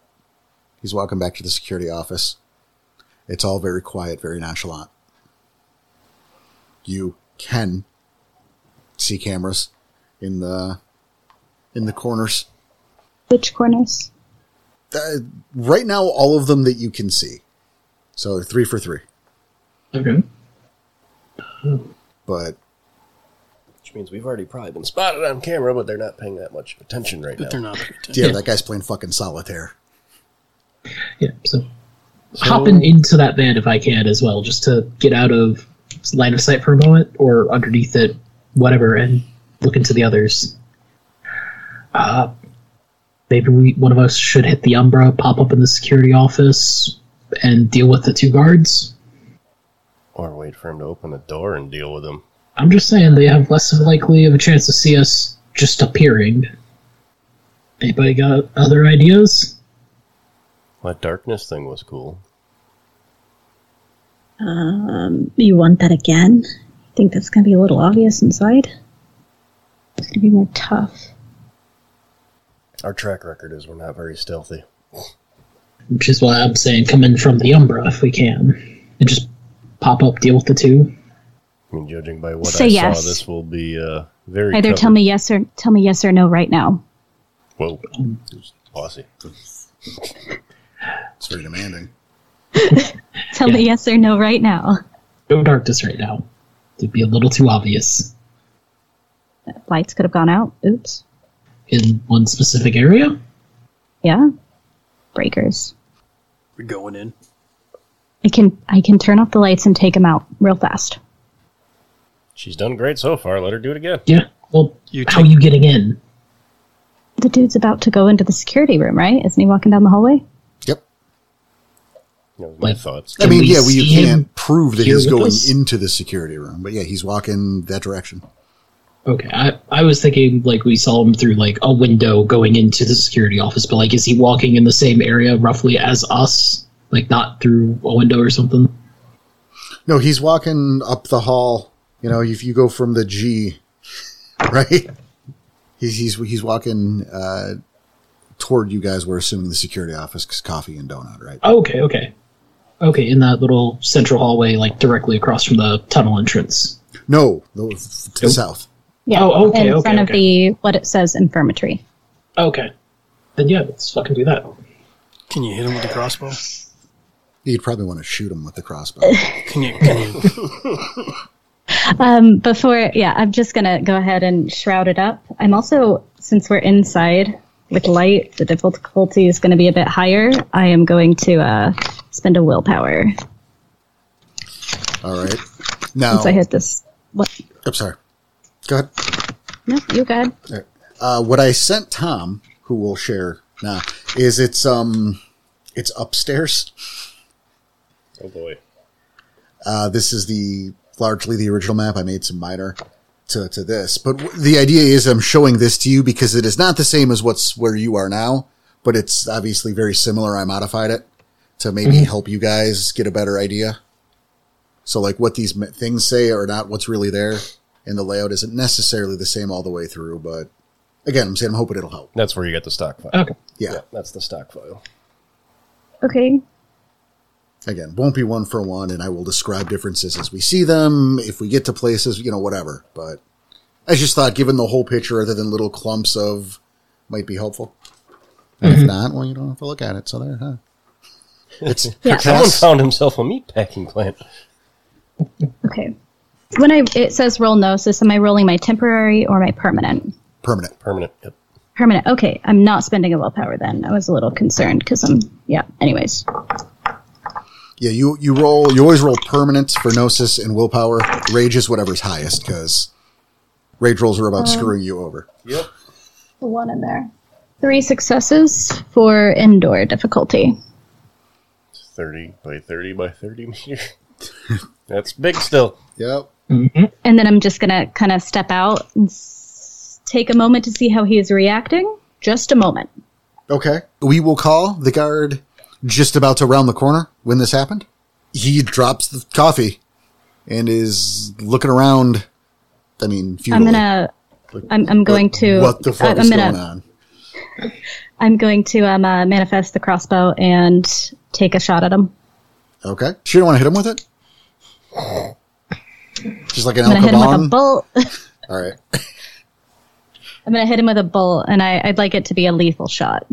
He's walking back to the security office. It's all very quiet, very nonchalant. You can see cameras in the in the corners.
Which corners?
Uh, right now, all of them that you can see. So three for three,
Okay.
but
Which means we've already probably been spotted on camera, but they're not paying that much attention right
But
now.
they're not paying attention.
yeah, that guy's playing fucking solitaire.
Yeah, so, hopping into that van if I can as well, just to get out of line of sight for a moment or underneath it, whatever, and look into the others. Uh, maybe we, one of us should hit the Umbra, pop up in the security office, and deal with the two guards.
Or wait for him to open the door and deal with him.
I'm just saying they have less of likely of a chance to see us just appearing. Anybody got other ideas?
That darkness thing was cool.
Um, you want that again? I think that's going to be a little obvious inside. It's going to be more tough.
Our track record is we're not very stealthy.
which is why I'm saying come in from the Umbra if we can, and just pop up, deal with the two.
I mean, judging by what
Say
I
yes.
saw, this will be uh, very.
Either tell
covered.
me yes or tell me yes or no right now. [laughs]
Whoa, it was bossy.
It's very demanding.
Tell me
Yeah.
yes or no right now.
No darkness right now. It'd be a little too obvious
Lights could have gone out. Oops.
in one specific area.
Yeah. Breakers.
We're going in.
I can I can turn off the lights and take them out real fast.
She's done great so far. Let her do it again.
Yeah. Well,
You
how are you getting in?
The dude's about to go into the security room, right? Isn't he walking down the hallway?
Yep.
That was my
Like-
thoughts.
I
Can
mean,
we
yeah, well, you
see him
can't prove that
here
he's
with
going
us?
into the security room, but yeah, he's walking that direction.
Okay, I, I was thinking like we saw him through like a window going into the security office, but like is he walking in the same area roughly as us? Like not through a window or something?
No, he's walking up the hall. You know, if you go from the G, [laughs] right? He's he's he's walking uh, toward you guys. We're assuming the security office because coffee and donut, right?
Oh, Okay, okay. Okay, in that little central hallway, like directly across from the tunnel entrance.
No, no f- to the
Nope.
south.
Yeah.
Oh, okay,
In
okay,
front of
okay.
the what it says infirmary.
Okay. Then yeah, let's fucking do that.
Can you hit him with the crossbow?
You'd probably want to shoot him with the crossbow.
Can you? Can
[laughs]
you
Um, before, yeah, I'm just gonna go ahead and shroud it up. I'm also, since we're inside with light, the difficulty is going to be a bit higher. I am going to uh, spend a willpower
All right. Now,
since I hit this. What?
I'm sorry. Go ahead.
No, you good?
Uh, what I sent Tom, who will share now, is it's um, it's upstairs.
Oh boy.
Uh, this is the largely the original map. I made some minor to, to this, but w- the idea is I'm showing this to you because it is not the same as what's where you are now, but it's obviously very similar. I modified it to maybe help you guys get a better idea. So like what these ma- things say are not what's really there, and the layout isn't necessarily the same all the way through. But again, I'm saying I'm hoping it'll help.
That's where you get the stock file.
Okay.
Yeah.
that's the stock file.
Okay.
Again, won't be one for one, and I will describe differences as we see them. If we get to places, you know, whatever. But I just thought, given the whole picture, other than little clumps of, might be helpful. And if not, well, you don't have to look at it. So there, huh? It's
Someone
Yes.
found himself a meat packing plant.
Okay. When I it says roll gnosis, am I rolling my temporary or my permanent?
permanent.
Permanent. Yep.
Permanent. Okay, I'm not spending a willpower then. I was a little concerned because I'm yeah. Anyways,
Yeah, you you roll. You always roll permanent for gnosis and willpower. Rage is whatever's highest because rage rolls are about screwing you over.
Yep.
the one in there. Three successes for indoor difficulty.
It's 30 by 30 by 30 meter. [laughs] That's big still.
Yep.
And then I'm just going to kind of step out and s- take a moment to see how he is reacting. Just a moment.
Okay. We will call the guard just about to round the corner when this happened. He drops the coffee and is looking around. I mean, futilely.
I'm going to. I'm, I'm going to.
What the fuck
I'm
is
gonna-
going on?
I'm going to um, uh, manifest the crossbow and take a shot at him.
Okay. Sure, you don't want to hit him with it? Just like an
I'm gonna hit him with a
Alcabon?
bolt. [laughs]
All right.
I'm gonna hit him with a bolt, and I, I'd like it to be a lethal shot.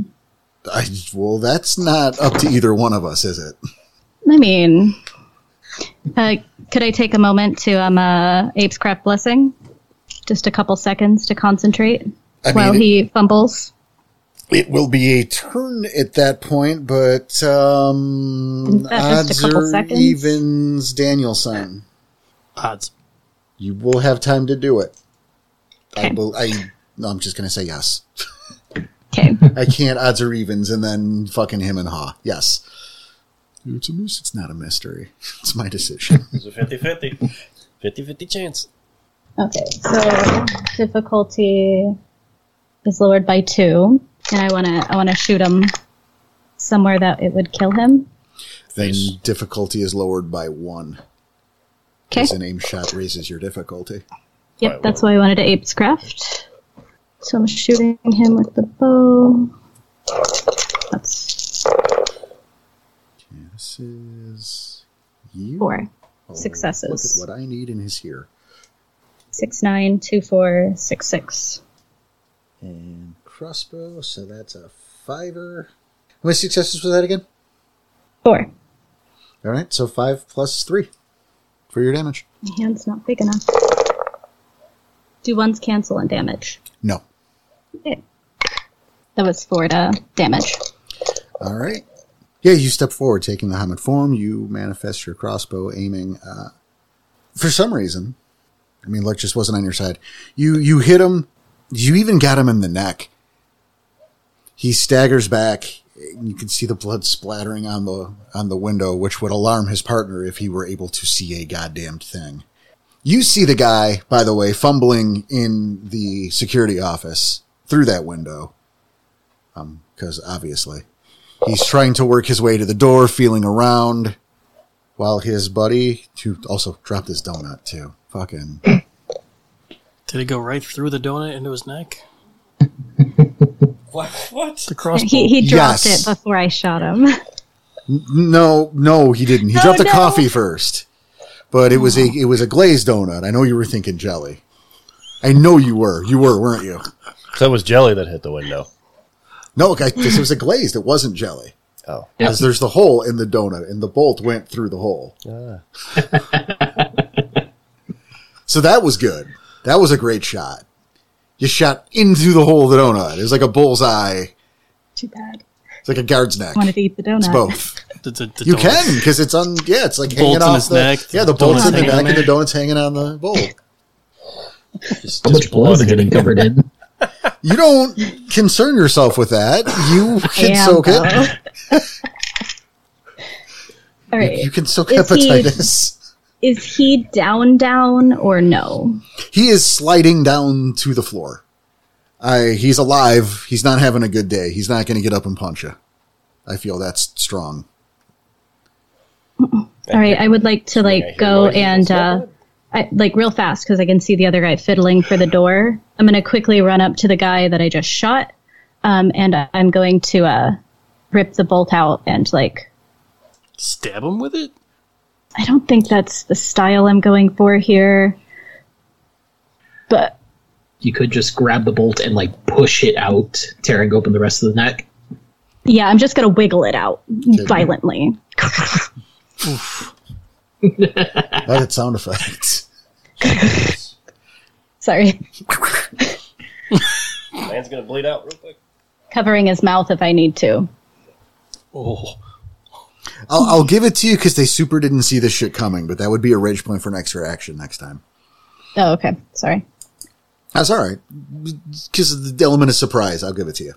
I, well, that's not up to either one of us, is it?
I mean, uh, could I take a moment to um, uh, Ape's crap blessing? Just a couple seconds to concentrate
I
while
mean,
he fumbles.
It will be a turn at that point, but
Is
um,
that just a
odds
couple
or
seconds?
evens, Danielson.
Odds.
You will have time to do it. I
Okay.
will. I. No, I'm just gonna say yes.
Okay,
I can't odds or evens, and then fucking him and ha. Yes. It's a miss. It's not a mystery. It's my decision.
[laughs]
It's a 50 50. 50 50 chance.
okay. So difficulty is lowered by two, and I wanna I wanna shoot him somewhere that it would kill him.
then difficulty is lowered by one.
Okay.
As an aim shot raises your difficulty.
Yep, that's why I wanted to apes craft. So I'm shooting him with the bow. That's
This is you.
four.
Oh,
successes.
Look at what I need in his here.
Six nine two four six six.
and crossbow, so that's a fiver. How many successes was that again?
Four.
All right, so five plus three for your damage.
My hand's not big enough. Do ones cancel and damage.
No.
Okay. That was four to damage.
All right. Yeah, you step forward, taking the helmet form. You manifest your crossbow, aiming. Uh, for some reason, I mean, luck just wasn't on your side. You you hit him. You even got him in the neck. He staggers back. You can see the blood splattering on the on the window, which would alarm his partner if he were able to see a goddamned thing. You see the guy, by the way, fumbling in the security office through that window. Um, because obviously. He's trying to work his way to the door, feeling around, while his buddy, who also dropped his donut too, fucking
Did it go right through the donut into his neck?
What? What?
The crossbow.
He, he dropped
Yes.
it before I shot him. [laughs]
no, no, he didn't. He
Oh,
dropped the
no.
coffee first, but it was a it was a glazed donut. I know you were thinking jelly. I know you were. You were, weren't you?
So it was jelly that hit the window.
No, I, this was a glazed. It wasn't jelly.
Oh.
Because there's the hole in the donut, and the bolt went through the hole.
Ah.
Ah. [laughs]
So that was good. That was a great shot. You shot into the hole of the donut. It was like a bullseye.
Too bad.
It's like a guard's neck.
Wanted to eat the donut.
It's both.
The- the- the
You
donut.
can because it's on. Yeah, it's like hanging
Bolts in his
off the.
neck,
yeah, the
donut's
bolts in the
hanging on
neck and the
there.
donut's hanging on the bolt.
Just,
So much
just
blood
blasted
getting
it.
covered in.
You don't concern yourself with that. You can
am,
soak
though.
it.
All right.
You can soak
Is he-
hepatitis.
Is he down down or no?
He is sliding down to the floor. I. He's alive. He's not having a good day. He's not going to get up and punch you. I feel that's strong.
All right, I would like to
I hear
like go
noises.
and uh, I, like real fast because I can see the other guy fiddling for the door. I'm gonna quickly run up to the guy that I just shot, um, and I- I'm going to uh, rip the bolt out and like
Stab him with it?
I don't think that's the style I'm going for here, but
You could just grab the bolt and like push it out, tearing open the rest of the neck. [laughs]
yeah, I'm just gonna wiggle it out violently.
That had sound effects.
Sorry, [laughs]
Man's gonna bleed out real quick.
covering his mouth if I need to.
Oh.
[laughs] I'll, I'll give it to you because they super didn't see this shit coming, but that would be a rage point for an extra action next time.
Oh, okay, sorry.
That's all right. Because the element of surprise, I'll give it to you.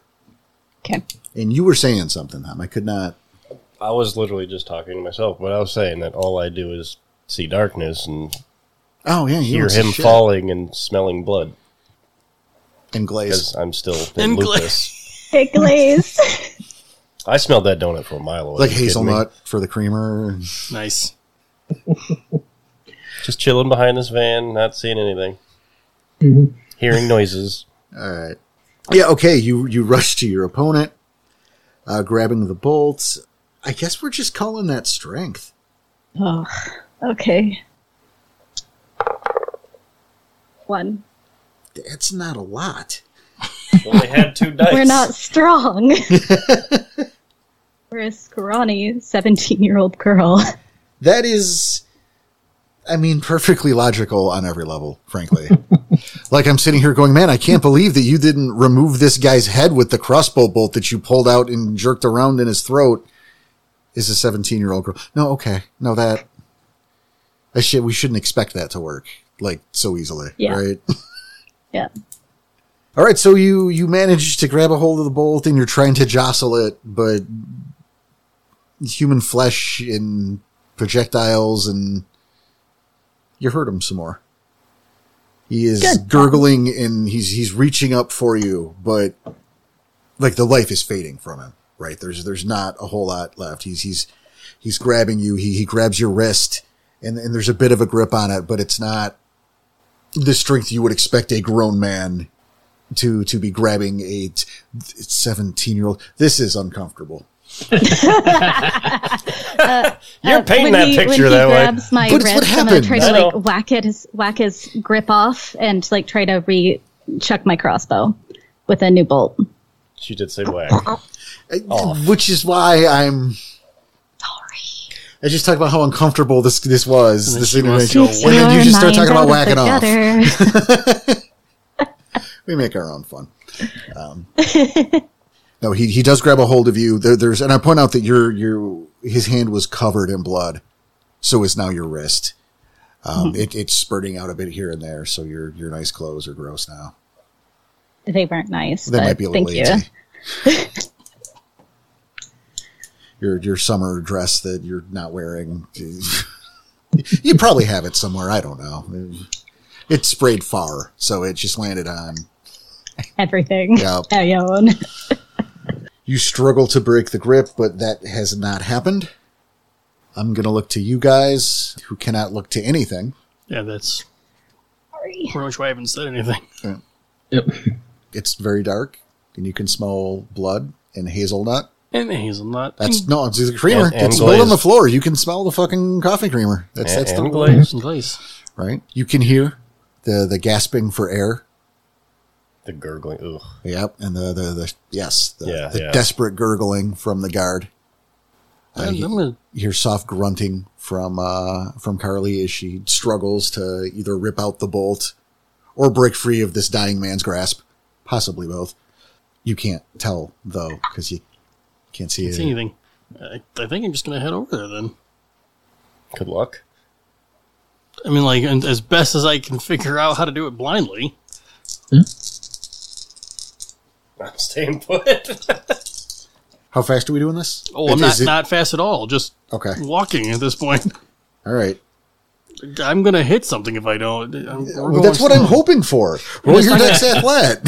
Okay,
And you were saying something, Tom. I could not.
I was literally just talking to myself, but I was saying that all I do is see darkness and
Oh yeah, he
hear
was the
him
shit.
falling and smelling blood
and glaze.
because I'm still in
And glaze.
lupus.
Hey, [laughs] Glaze.
I smelled that donut from a mile away.
Like
You kidding me?
hazelnut for the creamer. and-
Nice.
Just chilling behind this van, not seeing anything,
Mhm.
hearing noises.
All right. Yeah. Okay. You you rush to your opponent, uh, grabbing the bolts. I guess we're just calling that strength.
oh, okay. One.
That's not a lot.
Well, they had two dice.
We're not
[laughs]
strong. [laughs] We're a scrawny 17 year old girl. [laughs]
That is, I mean, perfectly logical on every level. Frankly, like I'm sitting here going, man, I can't believe that you didn't remove this guy's head with the crossbow bolt that you pulled out and jerked around in his throat. Is a 17 year old girl? No. Okay. No. That. I shit. We shouldn't expect that to work like so easily.
Yeah.
Right.
Yeah.
All right, so you you manage to grab a hold of the bolt and you're trying to jostle it, but human flesh and projectiles and you hurt him some more. He is
Good.
gurgling and he's he's reaching up for you, but like the life is fading from him. Right there's there's not a whole lot left. He's he's he's grabbing you. He he grabs your wrist and and there's a bit of a grip on it, but it's not the strength you would expect a grown man to to be grabbing a 17 year old this is uncomfortable
You're painting
Uh, when
that
he, when
picture
he
that way.
grabs my
But it's what
wrist, I'm gonna
happened.
try
I
to like
know.
whack it his whack his grip off and like try to re chuck my crossbow with a new bolt.
She did say whack.
Uh, which is why i'm i just talked about how uncomfortable this this was
then
this
she
interaction
wants to
and then you
Your
just start
mind
talking about
out
whacking
of
off
the
[laughs]
gutter.
we make our own fun. Um, [laughs] no, he he does grab a hold of you. There, there's, and I point out that your your his hand was covered in blood, so is now your wrist. Um, it, it's spurting out a bit here and there, so your your nice clothes are gross now.
they weren't nice.
That
but
might be a little
thank
lazy.
you.
your your summer dress that you're not wearing. you probably have it somewhere. I don't know. It sprayed far, so it just landed on
Everything [laughs]
Yep.
I own.
You struggle to break the grip, but that has not happened. I'm going to look to you guys who cannot look to anything.
Yeah, that's
Sorry.
pretty much why I haven't said anything.
Yep.
It's very dark and you can smell blood and hazelnut.
And the hazelnut.
That's
and,
no, it's the creamer.
And- and
it's spilled on the
glazed.
floor. You can smell the fucking coffee creamer. That's
And-
that's the
and
rule,
glazed.
and glaze.
[laughs] right. You can hear the the gasping for air.
The gurgling. Ugh.
Yep, and the the, the yes, the,
Yeah,
the
yeah.
desperate gurgling from the guard. Uh,
I'm
he-
gonna-
you hear soft grunting from uh, from Carly as she struggles to either rip out the bolt or break free of this dying man's grasp, possibly both. You can't tell though because you can't see
can't see
it.
anything. I, I think I'm just gonna head over there then.
Good luck.
I mean, like and as best as I can figure out how to do it blindly.
I'm staying put. [laughs]
How fast are we doing this?
Oh, I'm
Is-
not
is it-
not fast at all. Just
okay.
walking at this point.
All right.
I'm gonna hit something if I don't. I'm, we're
Well,
going
that's what I'm
slow.
hoping for. Roll your dex
[laughs]
athlete.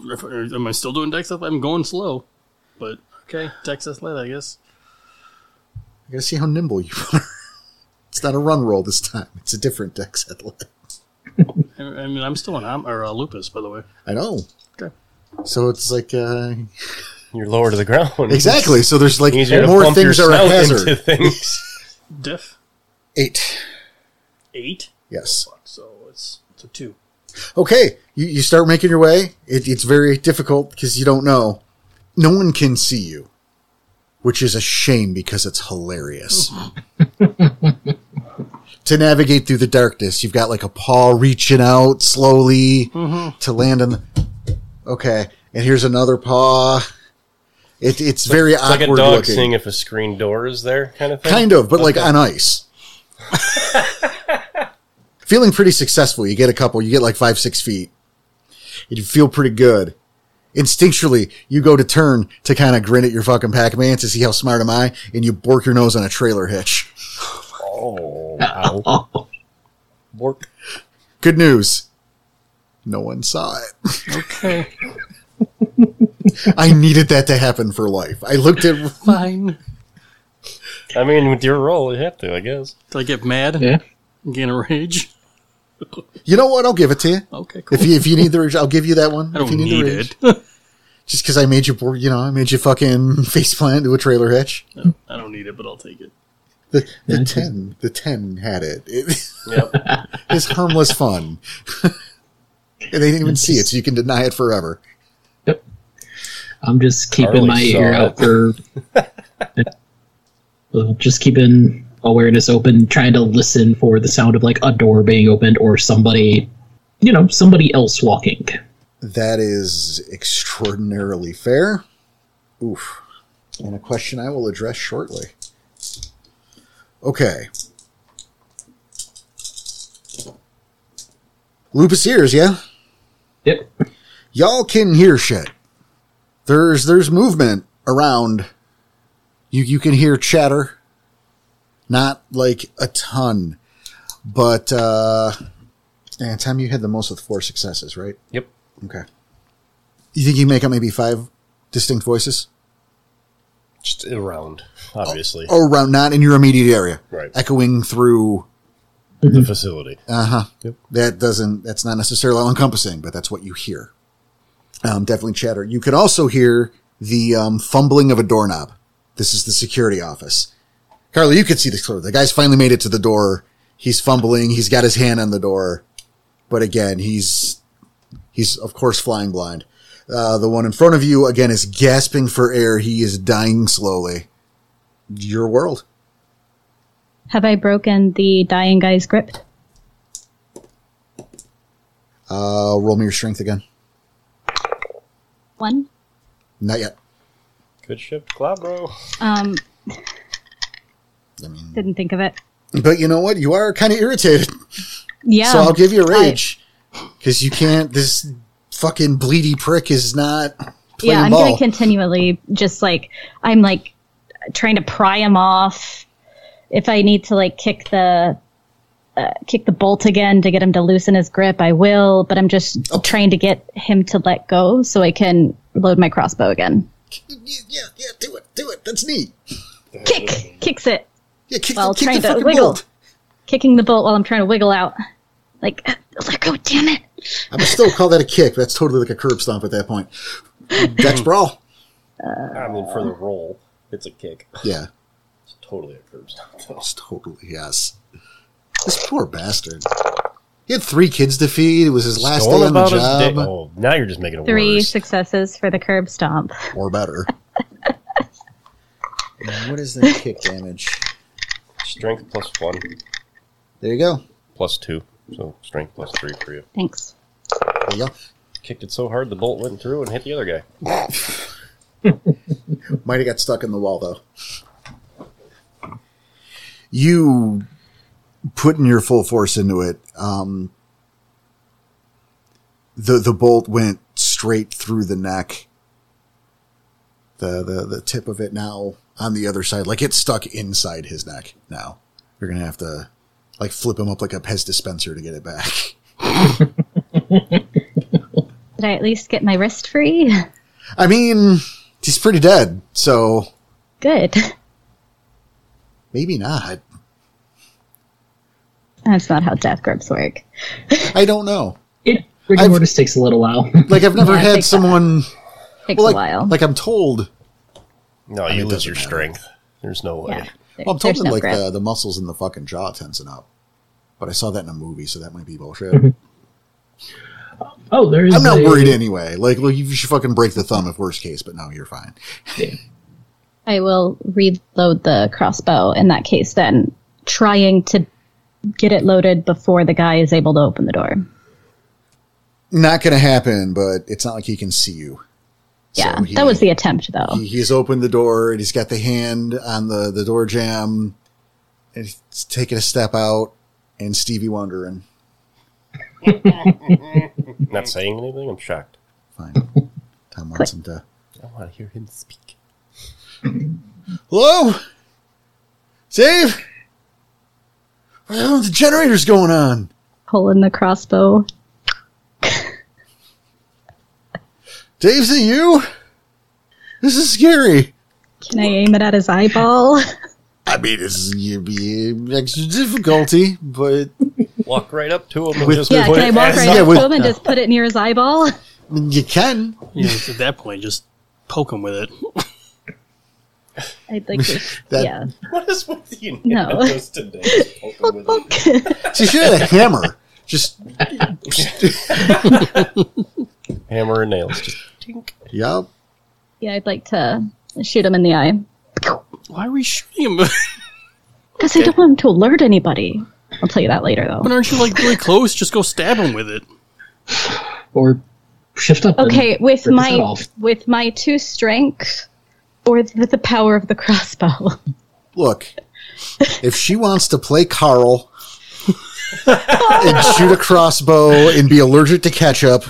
If- or Am I still doing Dex Athlete? I'm going slow, but okay, Dex Athlete, I guess.
I gotta see how nimble you are. [laughs] It's not a run roll this time. It's a different dex athlete.
I, I mean, I'm still on Om- or uh, Lupus, by the way.
I know.
Okay.
So it's like uh, [laughs]
You're lower to the ground. [laughs]
exactly. So there's like
Easier to
more
pump your
things are a
snout
hazard.
Into things.
Diff
Eight.
eight,
Yes.
so it's it's a two.
okay, you, you start making your way. It, it's very difficult because you don't know. No one can see you, which is a shame because it's hilarious. to navigate through the darkness, you've got like a paw reaching out slowly to land on. The, okay, and here's another paw. It, it's very
like
awkward
a dog
looking,
seeing if a screen door is there, kind of thing.
kind of, but like on ice. feeling pretty successful. You get a couple. You get like five, six feet. You feel pretty good, Instinctually, you go to turn to kind of grin at your fucking Pac-Man to see how smart am I, and you bork your nose on a trailer hitch.
Oh, wow.
Oh,
Bork.
Good news. No one saw it. [laughs]
Okay,
I needed that to happen for life. I looked at
fine.
I mean, with your roll, you have to, I guess.
Did I get mad?
yeah.
and Gain a rage?
You know what? I'll give it to you.
Okay, cool.
If you if you need the rage, I'll give you that one.
I don't
if you
need
the rage.
it.
Just because I made you, bor- you know, I made you fucking [laughs] faceplant into a trailer hitch.
No, I don't need it, but I'll take it.
The, the
Yeah, it's-
ten, the ten had it. It [laughs]
Yep.
is harmless fun, [laughs] and they didn't even see it, so you can deny it forever.
Yep. I'm just keeping
Charlie
my ear
saw
out for.
[laughs]
Well, just keeping awareness open, trying to listen for the sound of like a door being opened or somebody, you know, somebody else walking.
That is extraordinarily fair. Oof. And a question I will address shortly. Okay. Lupus ears, yeah?
Yep.
y'all can hear shit. There's there's movement around. You you can hear chatter. Not like a ton, but uh, and time you had the most with four successes, right?
Yep.
Okay. You think you make up maybe five distinct voices
Just around, obviously.
or around, not in your immediate area,
Right.
Echoing through.
The facility.
Uh huh.
Yep.
That doesn't. That's not necessarily all encompassing, but that's what you hear. Um, definitely chatter. You can also hear the um, fumbling of a doorknob. This is the security office. Carly, you could see this clearly. The guy's finally made it to the door. He's fumbling. He's got his hand on the door, but again, he's he's of course flying blind. Uh, the one in front of you again is gasping for air. He is dying slowly. Your world.
Have I broken the dying guy's grip?
Uh, roll me your strength again.
One.
Not yet.
Good ship, Glabro.
Um,
I mean,
didn't think of it.
But you know what? You are kind of irritated,
Yeah.
so I'll give you a rage because you can't. This fucking bleedy prick is not playing
yeah, I'm
ball.
gonna continually just like I'm like trying to pry him off. If I need to like kick the uh, kick the bolt again to get him to loosen his grip, I will. But I'm just trying to get him to let go so I can load my crossbow again.
yeah, yeah, yeah, do it, do it. That's neat.
Kick kicks it
Yeah, kick,
while
the, kick
trying
the
to
fucking
wiggle,
bolt.
kicking the bolt while I'm trying to wiggle out. Like let go, damn it!
I would still call that a kick. That's totally like a curb stomp at that point. Dex brawl.
I mean, for the roll, it's a kick.
Yeah,
It's totally a curb stop. though.
it's totally yes. This poor bastard. He had three kids to feed. It was his last
Going
day on the
about his day-
job,
Oh, now you're just making it
Three
worse.
successes for the curb stomp.
or
[laughs]
better. And what is that kick damage?
Strength plus one,
There you go.
plus two. So strength plus three for you.
Thanks.
There you go.
Kicked it so hard the bolt went through and hit the other guy.
Might have got stuck in the wall though. You putting your full force into it. Um, the the bolt went straight through the neck. The, the the tip of it now on the other side, like it's stuck inside his neck. Now you're gonna have to like flip him up like a Pez dispenser to get it back.
Did I at least get my wrist free? [laughs]
I mean, he's pretty dead, so
Good. [laughs]
maybe not.
That's not how death grips work.
I don't know.
It rigor
I've-
mortis takes a little while. [laughs]
Like I've never
Yeah, I
had
think so.
someone
Takes
Well, like,
a while.
like I'm told,
No,
mean,
you
it
lose
doesn't
your
matter.
strength. There's no way.
yeah. There-
well, I'm told
there's
that
no
like uh,
grip.
the, the muscles in the fucking jaw tensing up. But I saw that in a movie, so that might be bullshit. I'm
oh, there's.
not
a-
worried anyway. Like, look, you should fucking break the thumb if worst case, but no, you're fine.
I will reload the crossbow in that case then, trying to get it loaded before the guy is able to open the door.
Not gonna happen. But it's not like he can see you. So
Yeah.
he-
that was the attempt though.
He, he's opened the door and he's got the hand on the the door jam, and he's taking a step out. And Stevie wondering,
[laughs]
Not saying anything. I'm shocked.
fine, Tom wants him to.
I want to hear him speak.
Hello? Dave? What the hell is the generator's going on?
Pulling the crossbow.
Dave, is it you? This is scary.
Can I aim it at his
[laughs]
eyeball?
I mean, this is going to be extra difficulty, but
Walk right up to him. And
With-
just
yeah,
point
can I walk
as-
right
yeah,
up
with-
to him and just put it near his eyeball? [laughs]
you can.
You know, at that point, just poke him with it.
I'd like to.
[laughs] That-
yeah.
What is with you
No.
Nandos today? Just poking with
[laughs]
it.
She should have a hammer. Just,
hammer and nails. Just tink.
yup.
yeah, I'd like to shoot him in the eye.
Why are we [laughs] shooting him?
Because I don't want him to alert anybody. I'll tell you that later,
but
though.
aren't you like really close? Just go stab him with it.
Or shift up. and
Okay, with
rip his head
my
off.
with my two strengths, or with the power of the crossbow.
look, if she wants to play Carl [laughs] and shoot a crossbow and be allergic to ketchup,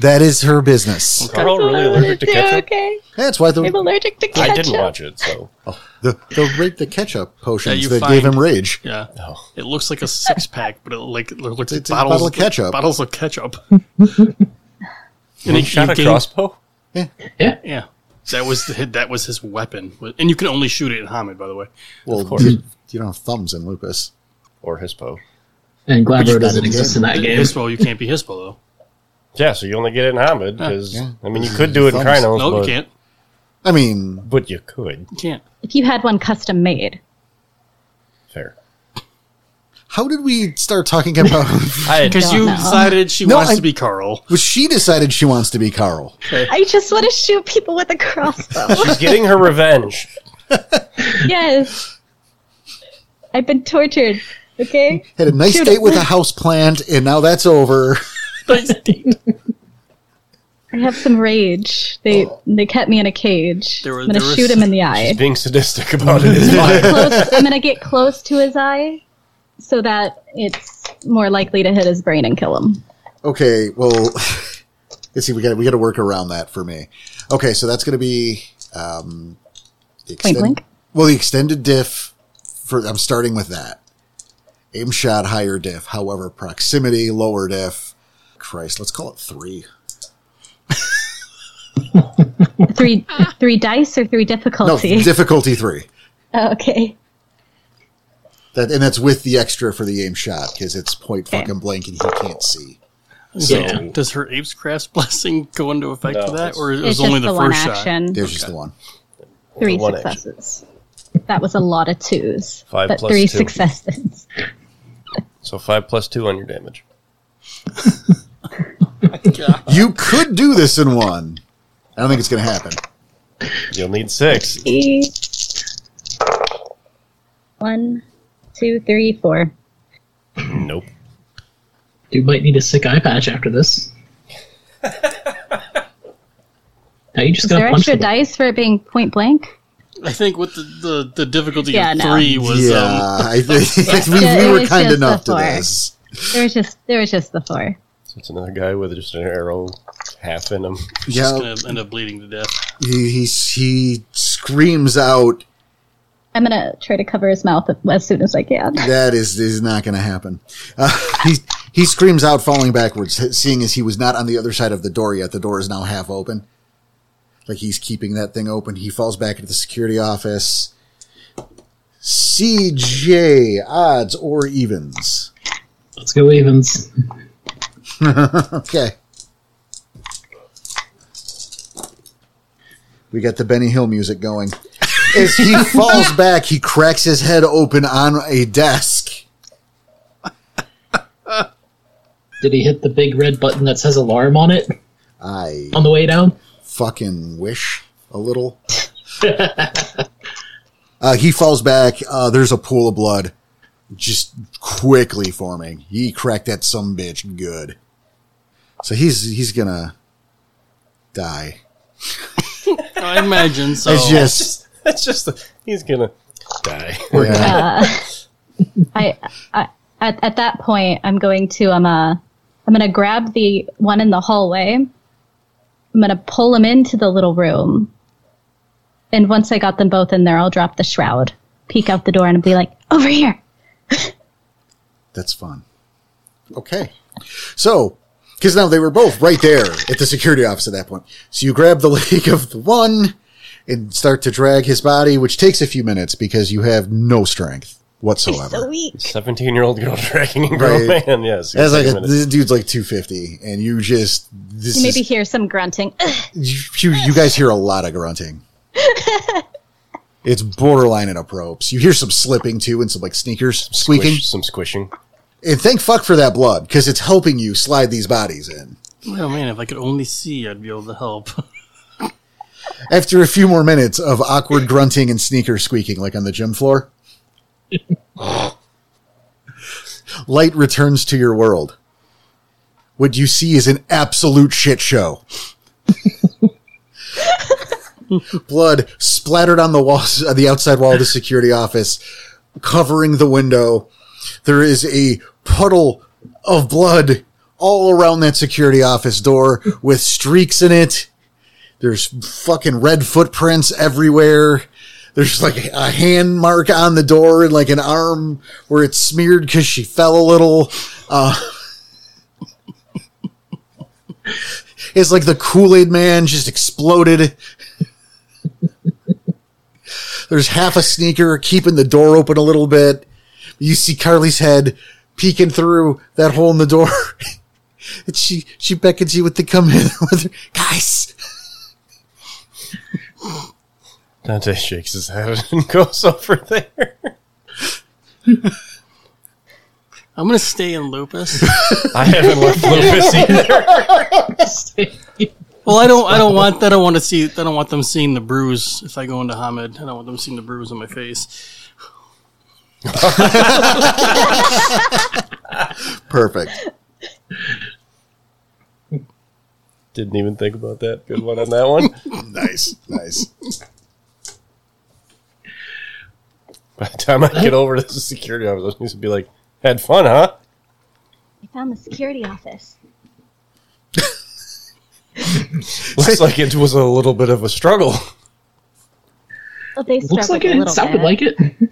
that is her business.
Carl really
[laughs]
allergic to ketchup.
Okay,
That's why the
I'm allergic to ketchup.
I didn't watch it, so
the the, ra- the ketchup potions
That you
that
find-
gave him rage.
Yeah,
Oh.
it looks like a six pack, but it like it looks like
It's a
bottles
bottle of ketchup.
Bottles of [laughs] ketchup.
and
it-
he shot
you
a
gain-
crossbow.
Yeah, that was the, that was his weapon, and you can only shoot it in Hamid, by the way.
Well,
course.
You, you don't have thumbs in lupus.
mm-hmm. or hispo.
And Glabro
in
doesn't
the
exist in that game.
Hispo, you can't be Hispo though.
Yeah, so you only get it in Hamid because
Oh, yeah.
I mean you could do it in
Thumbs.
Krynos,
No,
but,
you can't.
I mean,
but you could.
You can't.
If you had one custom made,
Fair.
how did we start talking about? [laughs]
[laughs]
Because you
know.
decided she
No,
wants
I-
to be Carl.
well, she decided she wants to be Carl.
I just want to shoot people with a crossbow.
She's getting her revenge.
yes, I've been tortured. Okay,
Had a nice
Shoot
date
him.
with a house plant, and now that's over.
[laughs]
I have some rage. They they kept me in a cage.
There were-
I'm gonna
there was-
shoot him in the eye.
Being sadistic about it is [laughs] fine.
close, I'm gonna get close to his eye so that it's more likely to hit his brain and kill him.
Okay, well, [laughs] let's see. We got we got to work around that for me. Okay, so that's going to be um, the extend-
blank?
Well, the extended diff. For I'm starting with that. Aim shot higher diff. However, proximity lower diff. Christ, let's call it three.
Three three dice or three
No,
difficulty.
difficulty three.
Oh, [laughs] okay.
That and that's with the extra for the aim shot because it's point fucking blank and he can't see.
So,
Yeah.
does her apes crash blessing go into effect
No,
for that,
it's-
or it
It's
was
just
only
the,
the,
one
first shot?
action.
It was just the one.
Three
One action.
successes. That was a lot of twos.
Five
but
plus
three
two.
successes. [laughs]
So five plus two on your damage.
You could do this in one. I don't think it's going to happen.
You'll need six.
One, two, three, four.
Nope.
Dude might need a sick eye patch
[laughs]
after this. now you just
Is
got
there
punched.
extra
with a-
dice for it being point blank?
I think with the the, the difficulty
Yeah,
of
no.
three was
yeah,
um, [laughs]
I think we,
Yeah,
we
it
were
was
kind
just
enough to
before.
this.
There was just there was just the four.
So it's another guy with just an arrow half in him.
she's
Yeah,
gonna end up bleeding to death.
he, he he screams out,
I'm gonna try to cover his mouth as soon as I can.
"That is is not going to happen." Uh, [laughs] he he screams out, falling backwards, seeing as he was not on the other side of the door yet. The door is now half open, like he's keeping that thing open. He falls back into the security office. CJ odds or evens?
Let's go evens.
Okay. We got the Benny Hill music going. As he falls back, he cracks his head open on a desk.
Did he hit the big red button that says alarm on it
I
on the
[laughs]
way down? [laughs]
fucking wish a little. uh, he falls back. Uh, there's a pool of blood just quickly forming. He cracked that some bitch good. So he's he's gonna die.
I imagine so.
It's just
That's just the, he's gonna die.
yeah.
I, I at, at that point, I'm going to um uh, I'm gonna grab the one in the hallway. I'm I'm going to pull them into the little room. And once I got them both in there, I'll drop the shroud, peek out the door, and be like, over here.
That's fun. Okay. So, because now they were both right there at the security office at that point. So you grab the [laughs] leg of the one and start to drag his body, which takes a few minutes because you have no strength whatsoever.
So weak.
17 year old girl [laughs] dragging a grown
Right.
man. Yes.
That's like a,
minute.
this dude's like 250, and you just this
You maybe
is,
hear some grunting. [laughs] Ugh.
you, you you guys hear a lot of grunting. it's borderline in approach. You hear some slipping too, and some like sneakers
Squish-
squeaking.
some squishing.
And thank fuck for that blood because it's helping you slide these bodies in.
Well, Oh, man, if I could only see, I'd be able to help. [laughs]
After a few more minutes of awkward grunting and sneaker squeaking, like on the gym floor, light returns to your world. What you see is an absolute shit show. Blood splattered on the walls, on the outside wall of the security office, covering the window. There is a puddle of blood all around that security office door with streaks in it. There's fucking red footprints everywhere. There's like a hand mark on the door and like an arm where it's smeared because she fell a little. Uh, [laughs] it's like the Kool Aid Man just exploded. [laughs] There's half a sneaker keeping the door open a little bit. You see Carly's head peeking through that hole in the door. [laughs] and she, she beckons you with the come in [laughs] with her. Guys,
Dante shakes his head [laughs] and goes over there.
I'm going to stay in Lupus.
I haven't left [laughs] Lupus either.
Well, I don't. I don't want. I don't want to see. I don't want them seeing the bruise if I go into Hamid. I don't want them seeing the bruise on my face.
Perfect.
Didn't even think about that. Good one on that one.
Nice. Nice.
By the time I get over to the security office, I need to be like, had fun, huh?
I found the security office.
Looks like it was a little bit of a struggle.
Well, they
Looks like
struggled a
it.
little
Sounded
bit.
like it. [laughs]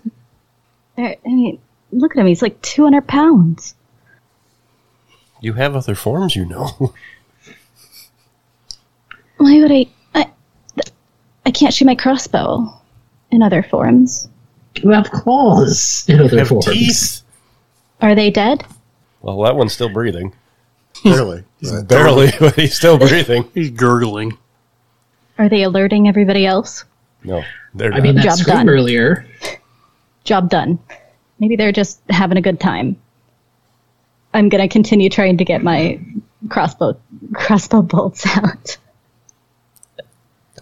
They're- I mean, look at him. He's like 200 pounds.
You have other forms, you know. [laughs]
Why would I? I, I can't shoot my crossbow in other forms.
You have claws in other
have
forms.
teeth.
Are they dead?
Well, that one's still breathing.
Barely.
Barely, but he's [laughs] still breathing.
He's gurgling.
Are they alerting everybody else?
No, they're
I mean,
not.
that
Job
scream
done.
earlier.
Job done. Maybe they're just having a good time. I'm gonna continue trying to get my crossbow crossbow bolts [laughs] out.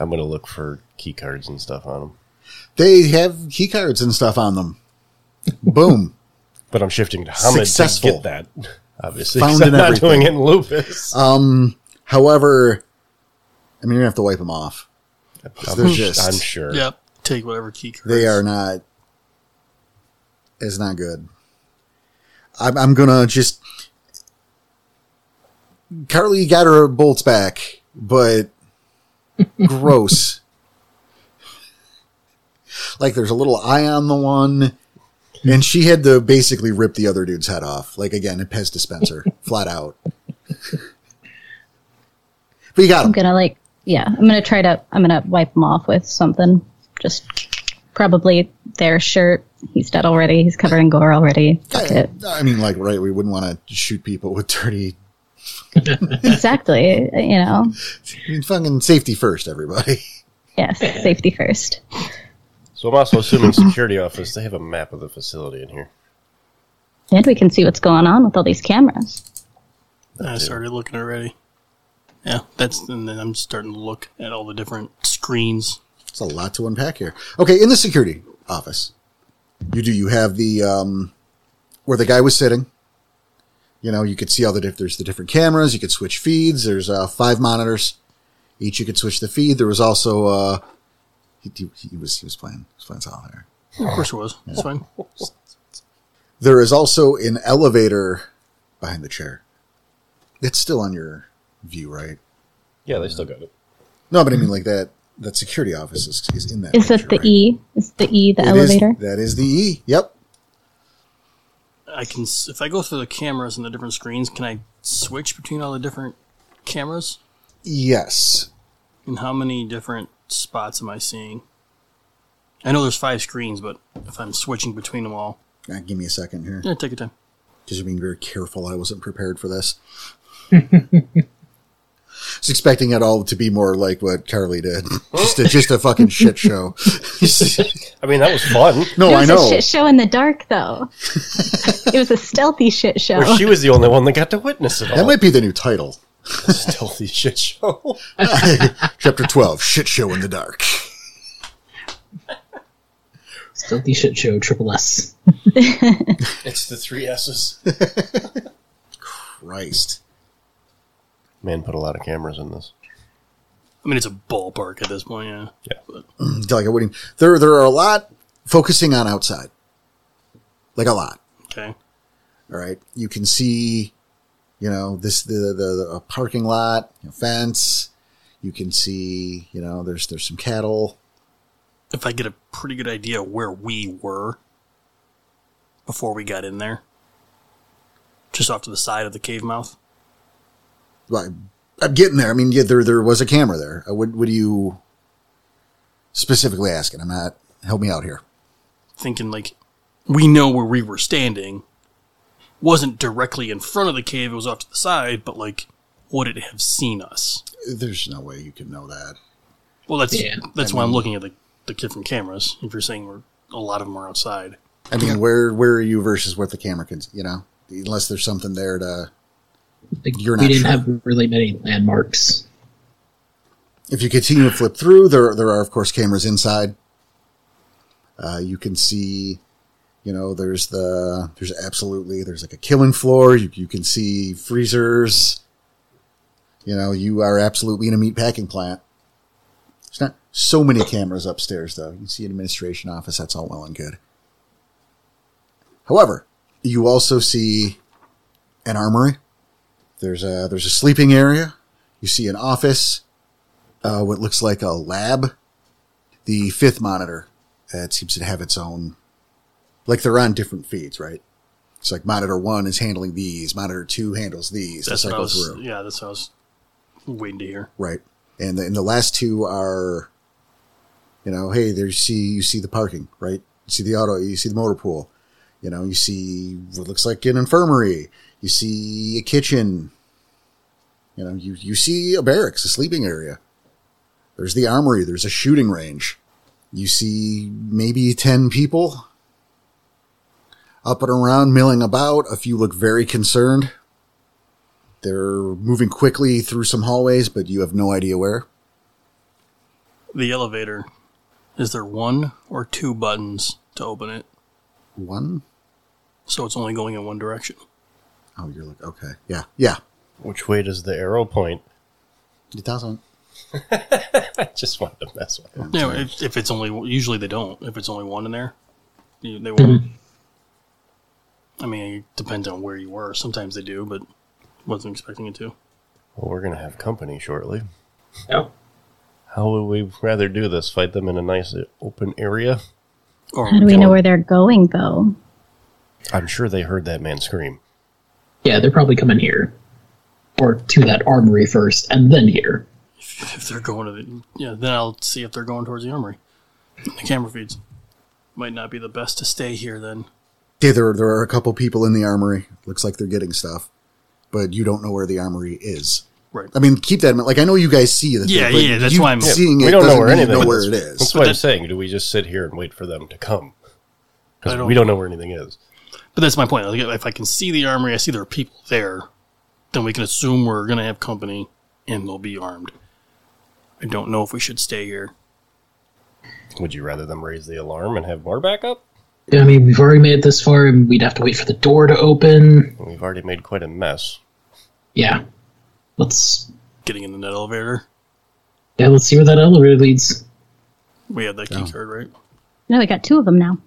I'm gonna look for key cards and stuff on him.
They have keycards and stuff on them. Boom.
But I'm shifting to Hamid
Successful.
to get that. [laughs] Obviously,
Found
'cause
in
I'm not
everything. Uh,
doing it in lupus.
However, I mean, you're going to have to wipe them off.
I'm,
they're
sh-
just-
I'm sure.
Yep. Take whatever key cards.
They are not. It's not good. I'm, I'm going to just. Carly got her bolts back,
[laughs]
but gross. Like there's a little eye on the one, and she had to basically rip the other dude's head off. Like again, a Pez
[laughs]
dispenser, flat out. but you got him.
I'm gonna like yeah. I'm gonna try to. I'm gonna wipe them off with something. Just probably their shirt. He's dead already. He's covered in gore already. Fuck
Yeah, [laughs]
it.
I mean, like, right? We wouldn't want to shoot people with dirty.
Exactly. You know.
I mean, fucking safety first, everybody. [laughs]
Yes. Safety first.
So I'm also [laughs] assuming security office. They have a map of the facility in here.
And we can see what's going on with all these cameras.
I started looking already. Yeah, that's and then I'm starting to look at all the different screens.
It's a lot to unpack here. Okay, in the security office, you do you have the um, where the guy was sitting. You know, you could see all the diff- there's the different cameras. You could switch feeds. There's uh, five monitors, each you could switch the feed. There was also uh, he, he, he was he was playing he was playing solitaire.
Of course it was. It's fine.
There is also an elevator behind the chair. It's still on your view, right?
Yeah, they still got it.
No, but I mean like that. That security office is, is in that.
Mm-hmm. Is
picture,
that the
right?
E? Is the E the
It is-
elevator?
that is the E. Yep.
I can s- if I go through the cameras and the different screens, can I switch between all the different cameras?
Yes.
And how many different spots am I seeing? I know there's five screens, but if I'm switching between them all,
Uh, give me a second here.
yeah, take your time.
because you're being very careful. I wasn't prepared for this. I was expecting it all to be more like what Carly did, just a, just a fucking shit
[laughs]
show.
I mean, that was [laughs] fun.
no,
it
I
was
know.
a shit show in the dark,
[laughs]
though. it was a stealthy shit show.
Where she was the only one that got to witness it all.
That might be the new title,
Stealthy
[laughs]
shit show.
Chapter Twelve: Shit Show in the Dark.
Stealthy shit show, triple S.
It's the three S's.
Christ,
Man put a lot of cameras in this.
I mean, it's a ballpark at this point. Yeah,
like I wouldn't. There, there are a lot focusing on outside, like a lot.
okay.
All right. You can see, you know, this the the, the a parking lot, a fence. You can see, you know, there's there's some cattle.
If I get a pretty good idea of where we were before we got in there, just off to the side of the cave mouth.
Well, I'm getting there. I mean, yeah, there there was a camera there. Uh, What what do you specifically asking? I'm not help me out here.
thinking like we know where we were standing wasn't directly in front of the cave it was off to the side but like would it have seen us
There's no way you can know that.
well that's
Yeah,
that's why i'm looking at the, the different cameras if you're saying we're a lot of them are outside
I mean, where where are you versus what the camera can? You know, unless there's something there to.
Like,
You're
we
not
didn't
sure.
have really many landmarks.
If you continue to flip through, there there are of course cameras inside. Uh, you can see, you know, there's the there's absolutely there's like a killing floor. You, you can see freezers. You know, you are absolutely in a meat packing plant. There's not so many cameras upstairs though. You can see an administration office. That's all well and good. However, you also see an armory. There's a there's a sleeping area. You see an office uh, what looks like a lab. The fifth monitor uh, it seems to have its own, like they're on different feeds, right? It's like monitor one is handling these, monitor two handles these.
that's
the
what i
cycle
was
through.
yeah that's what i was waiting to hear
Right. And the, and the last two are, you know, hey, there you see you see the parking, right? You see the auto, you see the motor pool, you know, you see what looks like an infirmary, you see a kitchen, you know, you you see a barracks, a sleeping area. There's the armory. There's a shooting range. You see maybe ten people up and around, milling about. A few look very concerned. They're moving quickly through some hallways, but you have no idea where.
the elevator is there one or two buttons to open it
One?
so it's only going in one direction
Oh, you're like, okay. Yeah. Yeah.
Which way does the arrow point? [laughs]
It doesn't.
I just wanted to mess with him.
yeah if, if it's only usually they don't if it's only one in there you- they won't
Mhm.
i mean it depends on where you were sometimes they do but wasn't expecting it to
Well, we're going to have company shortly.
Oh.
How would we rather do this? Fight them in a nice open area?
or
How do we know where they're going, though?
I'm sure they heard that man scream.
Yeah, they're probably coming here. Or to that armory first, and then here.
if they're going to the yeah then i'll see if they're going towards the armory the camera feeds might not be the best to stay here then
Yeah, there, there are a couple people in the armory. Looks like they're getting stuff, but you don't know where the armory is.
right
I mean, keep that in mind. Like, I know you guys see the thing,
Yeah,
but
yeah, that's
you
why I'm- Yeah,
seeing it.
we don't know
doesn't
where
mean
anything
You know
is.
where it is.
That's what I'm
that-
saying. Do we just sit here and wait for them to come?
I
Because
don't-
we don't know where anything is.
but that's my point Like, if i can see the armory i see there are people there then we can assume we're going to have company and they'll be armed i don't know if we should stay here
Would you rather them raise the alarm and have more backup?
I mean, we've already made it this far, and we'd have to wait for the door to open.
We've already made quite a mess.
Yeah. Let's
getting in the elevator
yeah, let's see where that elevator leads.
We had that key card, right?
No, we got two of them now.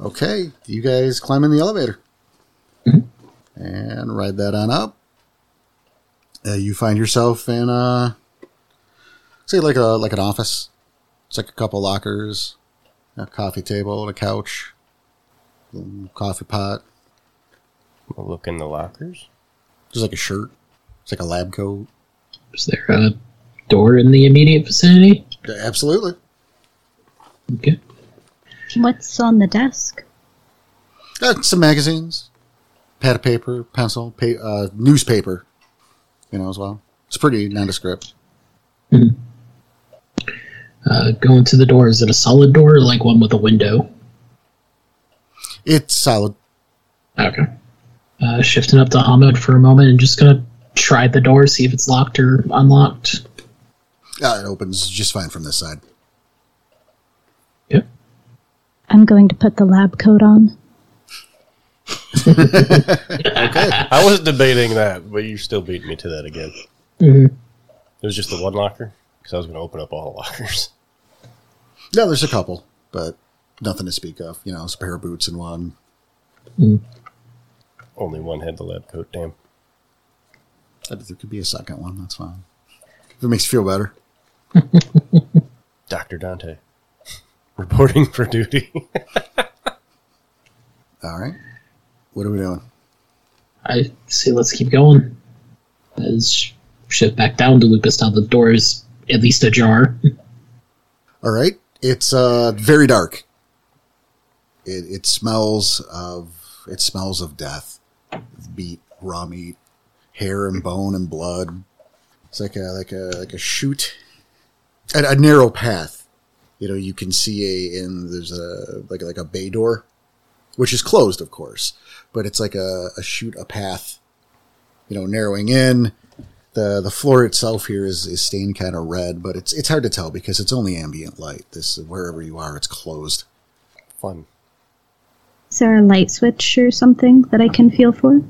Okay, you guys climb in the elevator and ride that on up. Uh, you find yourself in uh say like a like an office. It's like a couple lockers, a coffee table, and a couch, little coffee pot.
I'll look in the lockers.
There's like a shirt. It's like a lab coat.
Is there a door in the immediate vicinity?
Absolutely.
Okay.
What's on the desk?
Uh, some magazines, pad of paper, pencil, pa- uh, newspaper, you know, as well. It's pretty nondescript.
Uh, going to the door. Is it a solid door or like one with a window?
It's solid.
Okay. Uh, shifting up to Hamid for a moment and just gonna try the door, see if it's locked or unlocked.
Uh, it opens just fine from this side.
Yep.
I'm going to put the lab coat on.
I was debating that, but you still beat me to that again.
Mhm.
It was just the one locker because I was going to open up all the lockers. [laughs]
No, there's a couple, but nothing to speak of. You know, it's a pair of boots and one.
Only one had the lab coat. Damn.
I bet there could be a second one. That's fine. If it makes you feel better.
Doctor Dante [laughs] reporting for duty. [laughs]
All right. What are we doing?
I say let's keep going. Let's sh- shift back down to Lucas now the door is at least ajar.
All right. It's uh, very dark. It, it smells of it smells of death, meat, raw meat, hair and bone and blood. It's like a like a like a chute, a, a narrow path. You know, you can see a in there's a like like a bay door, which is closed, of course, but it's like a, a chute, a path. You know, narrowing in, the the floor itself here is, is stained kind of red, but it's it's hard to tell because it's only ambient light. This wherever you are, it's closed.
Fun.
Is there a light switch or something that I can feel for?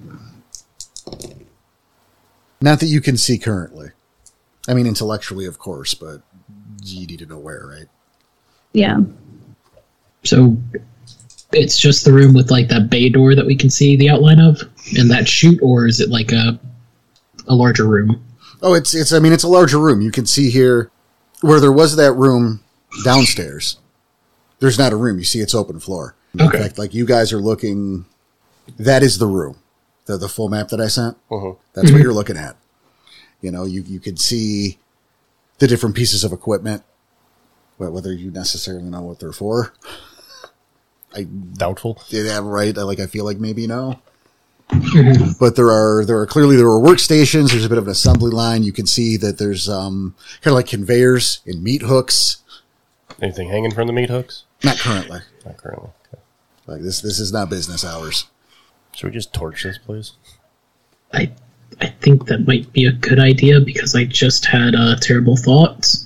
Not that you can see currently. I mean, intellectually, of course, but you need to know where, right?
Yeah.
So it's just the room with like that bay door that we can see the outline of and that chute, or is it like a a larger room?
Oh, it's it's. I mean, it's a larger room. You can see here where there was that room downstairs. There's not a room. You see, it's open floor. In
Okay.
fact, like you guys are looking, that is the room. The the full map that I sent.
Mhm.
That's what you're looking at. You know, you you can see the different pieces of equipment, wh- whether you necessarily know what they're for.
Doubtful.
Yeah, right. I like. I feel like maybe no. but there are there are clearly there are workstations. There's a bit of an assembly line. You can see that there's um kind of like conveyors and meat hooks.
Anything hanging from the meat hooks?
Not currently.
Not currently. Okay.
Like this this is not business hours.
Should we just torch this place?
I I think that might be a good idea because I just had uh, terrible thoughts.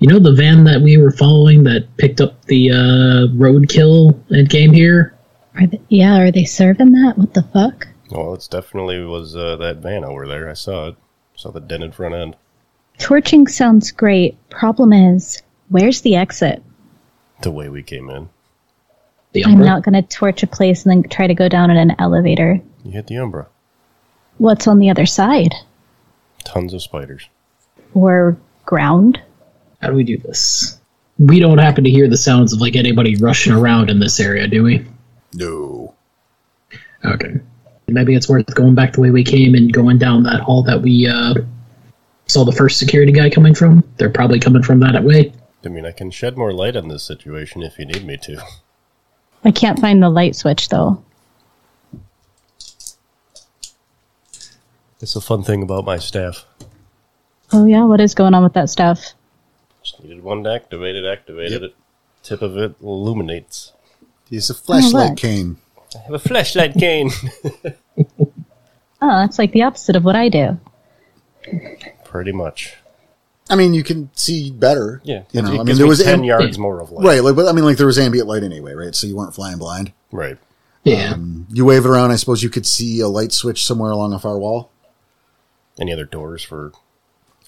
You know the van that we were following that picked up the uh, roadkill and came here.
Are they, yeah, are they serving that? What the fuck?
Well, it's definitely was uh, that van over there. I saw it. Saw the dented front end.
Torching sounds great. Problem is, where's the exit?
The way we came in.
The
I'm
Umbra.
not going to torch a place and then try to go down in an elevator.
You hit the umbra.
What's on the other side?
Tons of spiders.
Or ground?
How do we do this? We don't happen to hear the sounds of like anybody rushing around in this area, do we?
No.
Okay. Maybe it's worth going back the way we came and going down that hall that we uh, saw the first security guy coming from. They're probably coming from that way.
I mean, I can shed more light on this situation if you need me to. [laughs]
I can't find the light switch, though.
That's a fun thing about my staff.
Oh, yeah, what is going on with that stuff?
Just needed one to activate it, activated it. Tip of it illuminates.
It's a flashlight
look.
cane.
I have a flashlight cane.
Ah,
Oh, that's like the opposite of what I do.
[laughs] Pretty much.
I mean, you can see better.
Yeah.
You
It-
know,
it
I mean,
gives
there
me
was
ten
am-
yards more of light.
Right, like, but I mean, like there was ambient light anyway, right? So you weren't flying blind.
Right.
Yeah.
You wave it around. I suppose you could see a light switch somewhere along a far wall.
Any other doors for?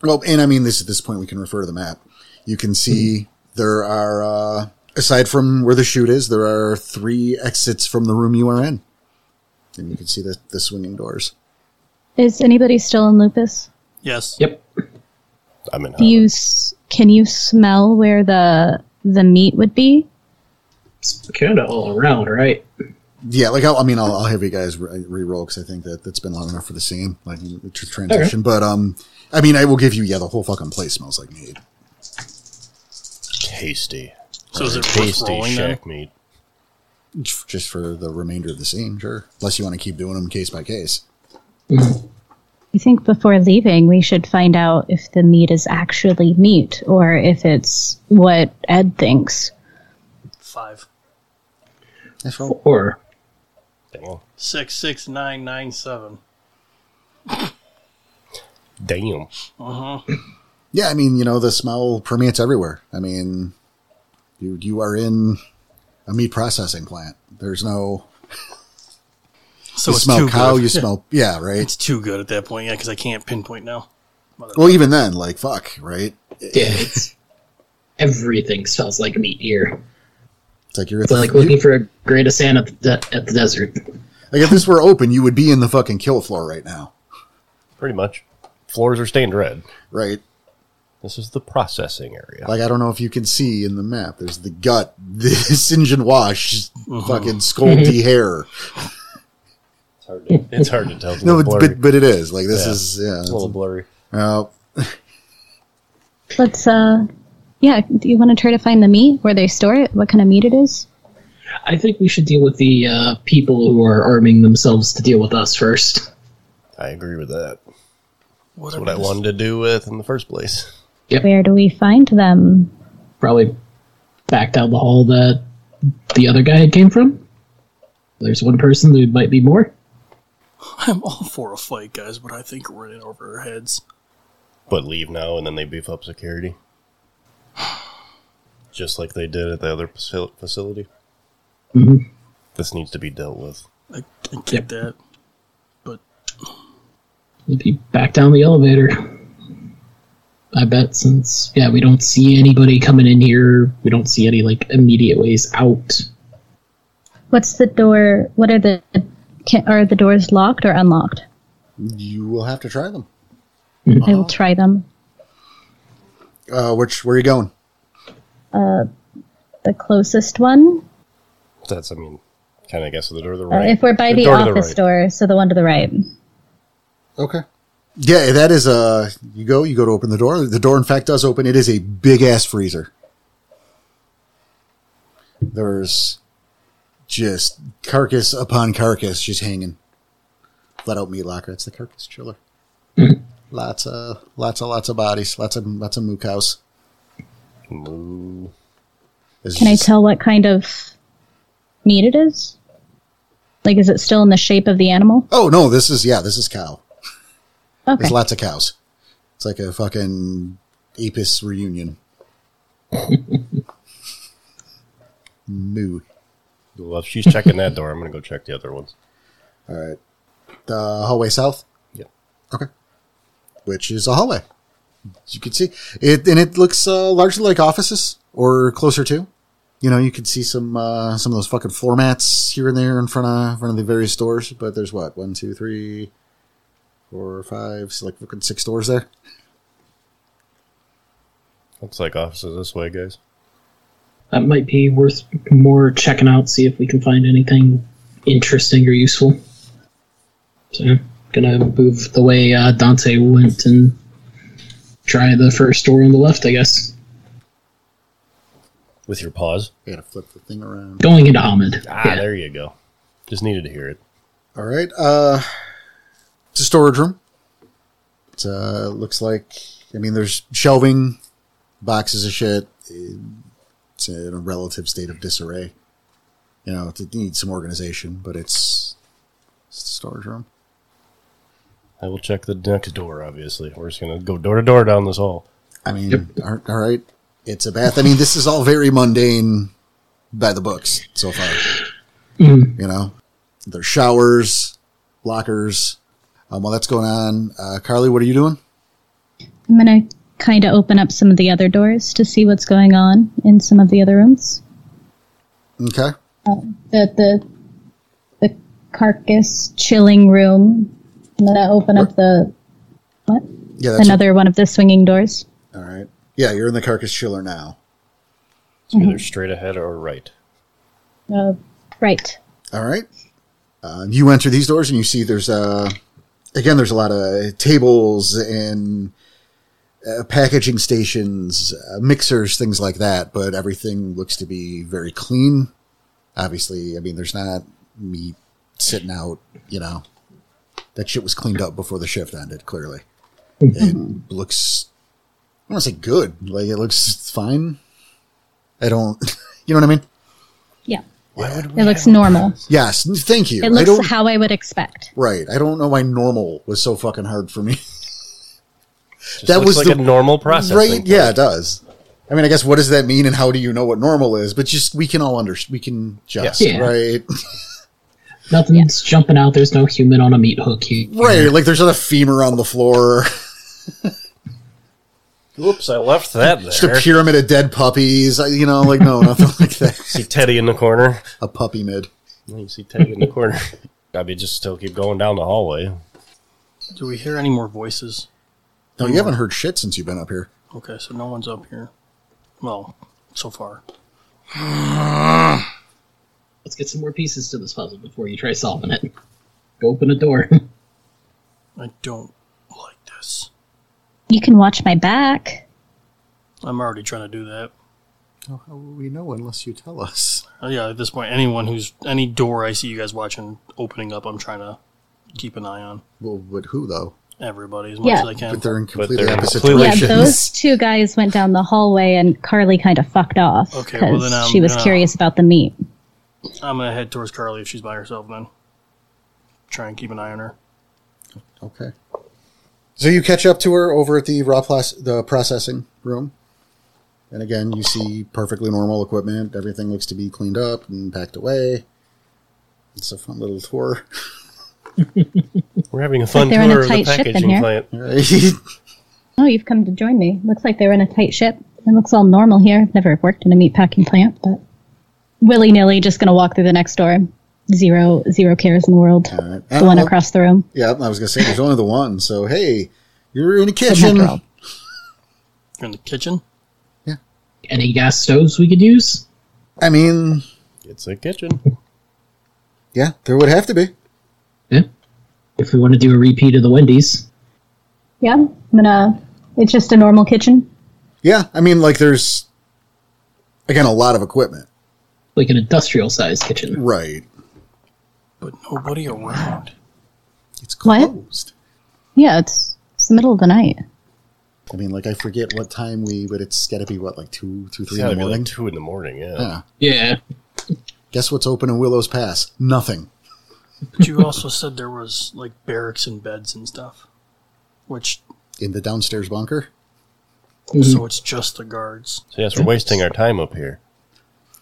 Well, and I mean this at this point we can refer to the map. You can see there are uh, aside from where the chute is, there are three exits from the room you are in, and you can see the the swinging doors.
Is anybody still in lupus?
Yes.
Yep.
I'm in.
Do you s- can you smell where the the meat would be?
It's kind of all around, right?
Yeah, like I'll, I mean, I'll, I'll have you guys re- re-roll because I think that that's been long enough for the scene, like tr- transition. But um, I mean, I will give you. Yeah, the whole fucking place smells like meat.
tasty.
So is it worth
tasty
rolling
shack meat?
Just for the remainder of the scene, sure. Unless you want to keep doing them case by case.
I think before leaving, we should find out if the meat is actually meat or if it's what Ed thinks.
Five,
That's right.
Or
Damn.
six, six, nine, nine, seven.
Damn.
Uh huh.
Yeah, I mean, you know, the smell permeates everywhere. I mean, you you are in a meat processing plant. There's no
So
you
it's
smell
too
cow,
good.
you
[laughs]
smell yeah, right.
[laughs] It's too good at that point, yeah, because I can't pinpoint now.
Well, even then, like fuck, right?
yeah, it's [laughs] everything smells like meat here.
It's like you're at
It's
the,
like looking
you-
for a grain of sand at the, de- at the desert.
like if this were open, you would be in the fucking kill floor right now,
Pretty much. Floors are stained red.
right?
This is the processing area.
Like I don't know if you can see in the map. There's the gut, [laughs] the singe and wash,
Uh-huh.
fucking [laughs] scoldy hair.
It's hard to.
it's hard to tell. It's a
No,
little
it's,
blurry.
but but it is like this
Yeah.
is yeah.
It's a little blurry.
uh,
Let's uh, yeah. Do you want to try to find the meat where they store it? What kind of meat it is?
I think we should deal with the uh, people who are arming themselves to deal with us first.
I agree with that.
What
That's what I wanted to do with in the first place.
Where do we find them?
Probably back down the hall that the other guy had came from. There's one person who might be more.
I'm all for a fight, guys, but I think we're in it over our heads.
But leave now, and then they beef up security, just like they did at the other facil- facility.
Mhm.
Mm-hmm.
This needs to be dealt with.
I, I get
Yep.
that.
If you back down the elevator, I bet since yeah we don't see anybody coming in here, we don't see any like immediate ways out.
What's the door? What are the can, are the doors locked or unlocked?
you will have to try them.
I will try them.
Uh, which where are you going?
The closest one,
That's, I mean, kind of guess the door to the
uh,
right.
if we're by the,
door to
office
right.
door, so the one to the right.
Okay. Yeah, that is uh you go you go to open the door. The door in fact does open. It is a big ass freezer. There's just carcass upon carcass just hanging. Flat out meat locker. It's the carcass chiller. lots of lots of lots of bodies. Lots of lots of moo cows.
Moo.
It's
Can I
just-
tell what kind of meat it is? Like, is it still in the shape of the animal?
Oh no, this is yeah, this is cow.
Okay.
There's lots of cows. It's like a fucking Apis reunion. Moo.
Well, if she's checking that door, I'm going to go check the other ones.
All right. The hallway south.
Yep.
Okay. Which is a hallway. As you can see it, and it looks uh, largely like offices or closer to. You know, you can see some uh, some of those fucking floor mats here and there in front of in front of the various doors. But there's what one, two, three, four, five, s- like fucking six doors there.
Looks like offices this way, guys.
That might be worth more checking out, see if we can find anything interesting or useful. So, gonna move the way uh, Dante went and try the first door on the left, I guess.
With your paws.
I gotta flip the thing around.
Going into Ahmed.
Ah,
yeah.
there you go. Just needed to hear it.
All right. Uh, it's a storage room. It uh, looks like, I mean, there's shelving, boxes of shit. It's in a relative state of disarray. You know, it needs some organization, but it's, it's a storage room.
I will check the next door, obviously. We're just going to go door to door down this hall.
I mean, all- all right. It's a bath. I mean, this is all very mundane by the books so far. You know, there's showers, lockers. Um, while that's going on, uh, Carly, what are you doing?
I'm gonna kind of open up some of the other doors to see what's going on in some of the other rooms.
Okay.
The the the carcass chilling room. I'm gonna open up the what?
Yeah, that's
Another one of the swinging doors.
all right. Yeah, you're in the carcass chiller now.
It's
Mm-hmm.
either straight ahead or right.
Uh, right.
All right. Uh, you enter these doors and you see there's uh, again there's a lot of tables and uh, packaging stations, uh, mixers, things like that. But everything looks to be very clean. Obviously, I mean there's not meat sitting out. You know, that shit was cleaned up before the shift ended. Clearly,
[laughs]
it looks. I want to say good. Like it looks fine. I don't. [laughs] You know what I mean?
Yeah.
Why would
It looks normal.
Yes. Thank you.
It
I don't,
looks how I would expect.
Right. I don't know why normal was so fucking hard for me.
Just
That
looks
was
like
the-
a normal process.
right? Yeah, it does. I mean, I guess what does that mean, and how do you know what normal is? But just we can all under we can just
Yeah.
right,
Nothing's jumping out. There's no human on a meat hook here.
right. Like there's not a femur on the floor,
Oops, I
[laughs]
left that
just a
there.
pyramid of dead puppies. I- You know, like no, nothing like that.
[laughs] see Teddy in the corner.
A puppy mid.
You see Teddy in the
[laughs]
corner. I mean, just still keep going down the hallway.
Do we hear any more voices?
No, you haven't heard shit since you've been up here.
Okay, so no one's up here. Well, so far.
Let's get some more pieces to this puzzle before you try solving it. Go open a door. [laughs]
I don't like this.
You can watch my back.
I'm already trying to do that.
Oh, how will we know unless you tell us?
Uh, yeah, at this point, anyone who's any door I see you guys watching opening up, I'm trying to keep an eye on
Well, but who though?
everybody as much
Yeah.
as I can.
But they're in completely
they're
opposite
completely-
Yeah,
directions.
those two guys went down the hallway and Carly kind of fucked off because
Okay, well, then I'm
she was
gonna-
curious about the meat.
I'm gonna head towards Carly if she's by herself. Then try and keep an eye on her.
Okay. So you catch up to her over at the raw plas- the processing room, and again you see perfectly normal equipment. Everything looks to be cleaned up and packed away. It's a fun little tour. [laughs]
We're having a fun
they're in a
tour of the
tight ship in
packaging
here.
plant.
Right? [laughs]
Oh, you've come to join me. Looks like they're in a tight ship. It looks all normal here. I've never worked in a meatpacking plant, but willy nilly, just gonna walk through the next door. Zero, zero cares in the world.
right.
The one
Uh,
across the room.
yeah, I was gonna say there's only the one. So hey, you're in a
Good
kitchen.
girl.
You're in the kitchen.
Any gas stoves we could use?
I mean,
It's a kitchen.
yeah, there would have to be.
Yeah. If we want to do a repeat of the Wendy's,
Yeah, I'm gonna. It's just a normal kitchen.
Yeah, I mean, like there's again a lot of equipment.
like an industrial sized kitchen.
Right.
but nobody around.
It's
What?
closed.
Yeah, it's it's the middle of the night.
I mean, like I forget what time we, but it's got to be what like two, two,
It's
three in
gotta
the
be
morning.
like two in the morning. Yeah.
Yeah.
Yeah.
Guess what's open in Willow's Pass? Nothing.
But you also said there was like barracks and beds and stuff, which
In the downstairs bunker?
so it's just the guards.
So yes, we're wasting our time up here.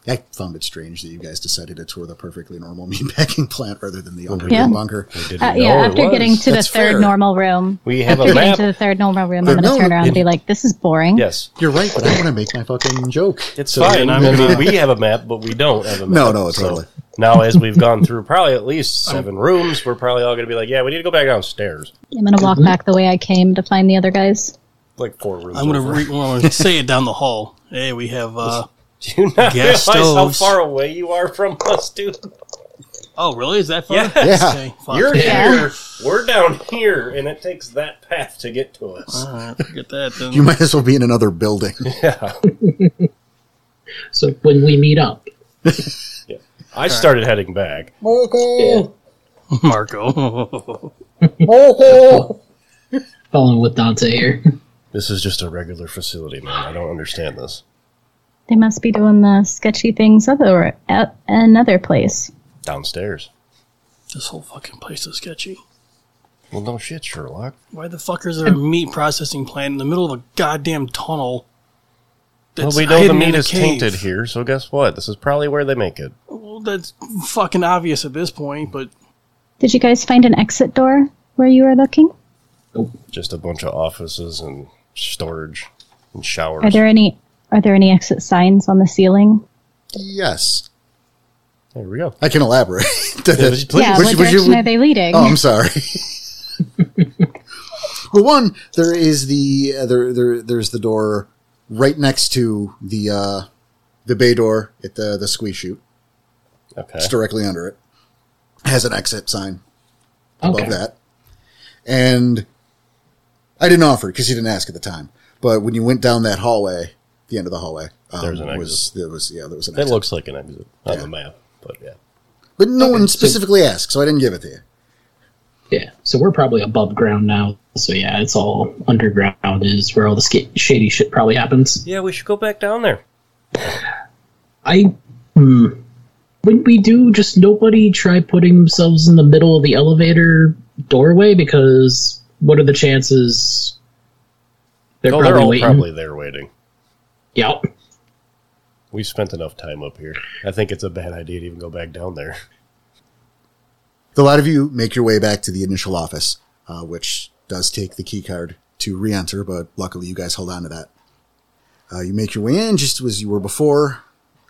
I found it strange that you guys decided to tour the perfectly normal [laughs] meatpacking plant rather than the underground
Yeah.
bunker.
We didn't
Uh,
know
yeah,
oh, it
after
was.
getting to
That's
the third
fair.
normal room.
We have
after
a
getting
map.
to the third normal room,
But
I'm gonna
no,
turn around and be like, "This is boring."
Yes,
You're right, but I want to make my fucking joke.
it's
So
fine.
then
I
I'm
mean,
gonna-
we have a map, but we don't have a map.
No, no, it's
So
totally.
Now, as we've gone through probably at least 7 rooms, we're probably all going to be like, yeah, we need to go back downstairs.
I'm gonna walk back the way I came to find the other guys.
Like four rooms.
I'm gonna
over.
re- well, [laughs] I'm gonna say it down the hall. Hey, we have. uh
Do you not realize [laughs]
Gas
how
stoves.
far away you are from us, dude?
Oh, really? Is that far?
Yes.
Yeah.
Okay, fuck.
You're
Yeah.
here. We're down here, and it takes that path to get to us.
All right, forget that. Then.
You might as well be in another building.
So when we meet up,
I started heading back.
Marco. [laughs]
following with Dante here. [laughs]
This is just a regular facility, man. I don't understand this.
They must be doing the sketchy things other at another place.
Downstairs.
this whole fucking place is sketchy.
Well, no shit, Sherlock.
Why the fuck is there a meat processing plant in the middle of a goddamn tunnel?
Well,
that's
we know the
hidden in
meat
a
is
cave?
tainted here, so guess what? This is probably where they make it.
Well, that's fucking obvious at this point, but
Did you guys find an exit door where you were looking?
Just a bunch of offices and storage and showers.
Are there any Are there any exit signs on the ceiling?
yes.
there we go.
I can elaborate. [laughs]
Yeah, please.
Yeah,
Would
what
you- would you-
direction are they leading?
oh, I'm sorry. oh, [laughs] Well, one there is the uh, there there there's the door right next to the uh, the bay door at the the squeeze chute.
Okay.
It's directly under it. Has an exit sign above
Okay.
that. And I didn't offer because he didn't ask at the time. But when you went down that hallway, the end of the hallway, um,
There's an exit.
was there was yeah there was an
It
exit.
looks like an exit on
Yeah.
the map, but yeah.
but no
Okay,
one
so-
specifically asked, so I didn't give it to you.
Yeah, so we're probably above ground now. So yeah, it's all underground is where all the sca- shady shit probably happens.
Yeah, we should go back down there.
I hmm, wouldn't we do just nobody try putting themselves in the middle of the elevator doorway because what are the chances? They're
oh,
probably
they're all
waiting.
probably there waiting.
Yep.
We've spent enough time up here. I think it's a bad idea to even go back down there.
The lot of you make your way back to the initial office, uh, which does take the key card to re-enter, but luckily you guys hold on to that. Uh, you make your way in just as you were before.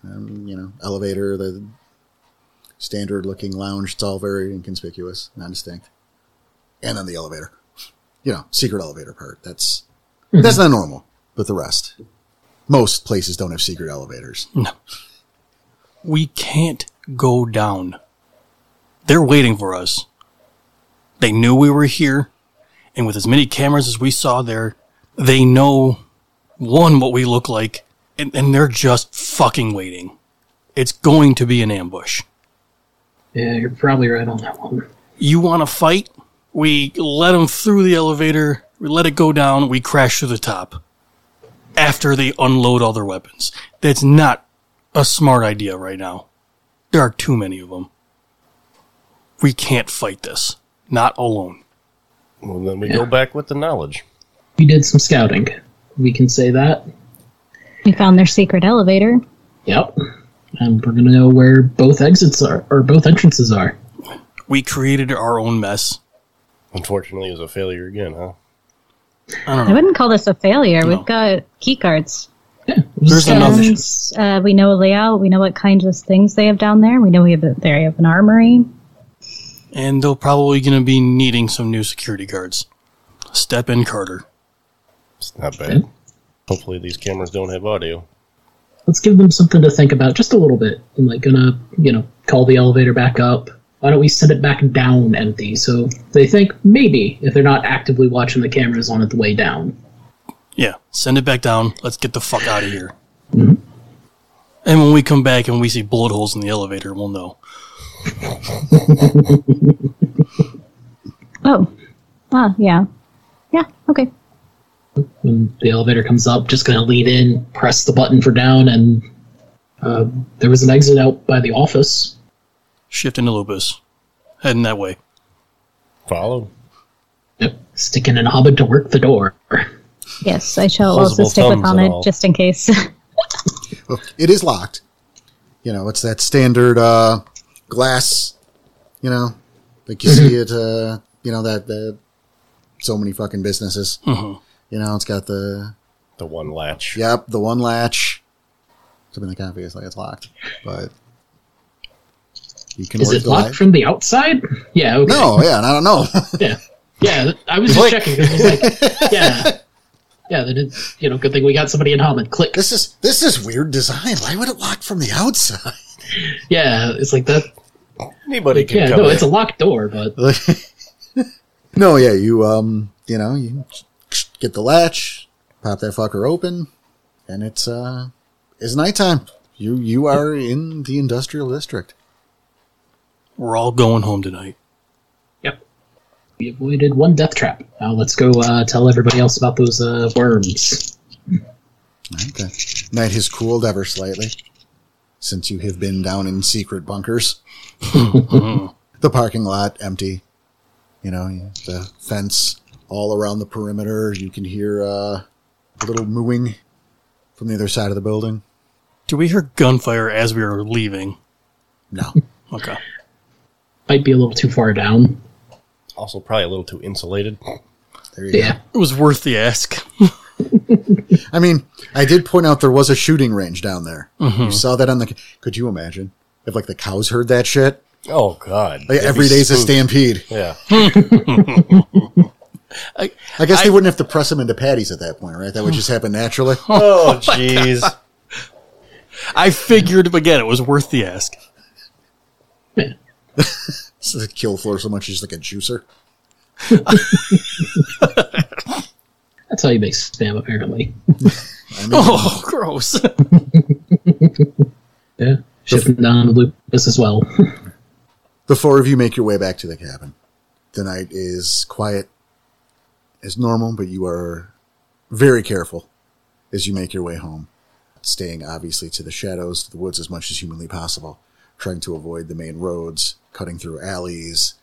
Um, you know, elevator, the standard-looking lounge. It's all very inconspicuous, non-distinct. And then the elevator. You know, secret elevator part. That's that's not normal, but the rest. Most places don't have secret elevators.
We can't go down. They're waiting for us. They knew we were here, and with as many cameras as we saw there, they know one what we look like, and, and they're just fucking waiting. It's going to be an ambush.
Yeah, you're probably right on that one.
You want to fight? We let them through the elevator. We let it go down. We crash to the top after they unload all their weapons. That's not a smart idea right now. There are too many of them. We can't fight this. Not alone.
Well, then we go back with the knowledge.
We did some scouting. We can say that.
We found their secret elevator.
Yep. And we're gonna know where both exits are or both entrances are.
We created our own mess.
Unfortunately, it was a failure again, huh?
I wouldn't call this a failure.
No.
We've got key cards.
There's another.
And uh, we know a layout. We know what kinds of things they have down there. We know we have a, they have an armory.
And they're probably going to be needing some new security guards. Step in, Carter.
It's not bad. Hopefully, these cameras don't have audio.
let's give them something to think about just a little bit. I'm like gonna, you know, call the elevator back up. Why don't we send it back down empty? So they think maybe if they're not actively watching the cameras on it the way down.
Yeah, send it back down. Let's get the fuck out of here. And when we come back and we see bullet holes in the elevator, we'll know.
Oh, oh yeah, yeah. Okay.
When the elevator comes up, just gonna lean in, press the button for down, and uh, there was an exit out by the office.
Shift into Lupus. Heading that way.
Follow.
Yep, sticking an hobbit to work the door.
Yes, I shall
Plausible
also stick with
thumbs and
Ahmed
all.
just in case. [laughs]
it is locked. You know, it's that standard uh, glass. You know, like you see it. Uh, you know that that so many fucking businesses.
Mm-hmm.
You know, it's got the
The one latch.
yep, the one latch. Something like obviously it's locked, but you can
Is
work
it
the
locked
latch.
from the outside? Yeah. Okay.
No, [laughs] yeah, and I don't know.
Yeah. Yeah, I was just checking. 'cause I was [laughs] like, yeah. Yeah, they did. You know, good thing we got somebody in Hammond. Click.
this is this is weird design. Why would it lock from the outside?
Yeah, it's like that.
Anybody can
Yeah,
come
no,
in.
it's a locked door, but
[laughs] no, yeah, you um, you know, you get the latch, pop that fucker open, and it's uh, it's nighttime. You you are in the industrial district.
We're all going home tonight.
yep. We avoided one death trap. Now let's go uh, tell everybody else about those uh, worms.
Okay. Night has cooled ever slightly since you have been down in secret bunkers. [laughs] the parking lot empty. You know, the fence all around the perimeter. You can hear uh, a little mooing from the other side of the building.
Do we hear gunfire as we are leaving?
No.
Okay.
Might be a little too far down.
also probably a little too insulated.
There you go.
[laughs] Yeah.
It was worth the ask. [laughs]
I mean, I did point out there was a shooting range down there. You saw that on the. Could you imagine if like the cows heard that shit?
Oh God!
Like,
They'd be
every day's a
spooked.
stampede.
Yeah,
I,
I guess they wouldn't have to press them into patties at that point, right? That would just happen naturally.
Oh, jeez.
I figured again it was worth the ask.
So the kill floor so much is just like a juicer.
That's how you make spam, apparently.
I mean,
Oh, gross.
Yeah. Shipping down to Lucas as well. [laughs]
The four of you make your way back to the cabin. The night is quiet as normal, but you are very careful as you make your way home, staying obviously to the shadows, to the woods as much as humanly possible, trying to avoid the main roads, cutting through alleys,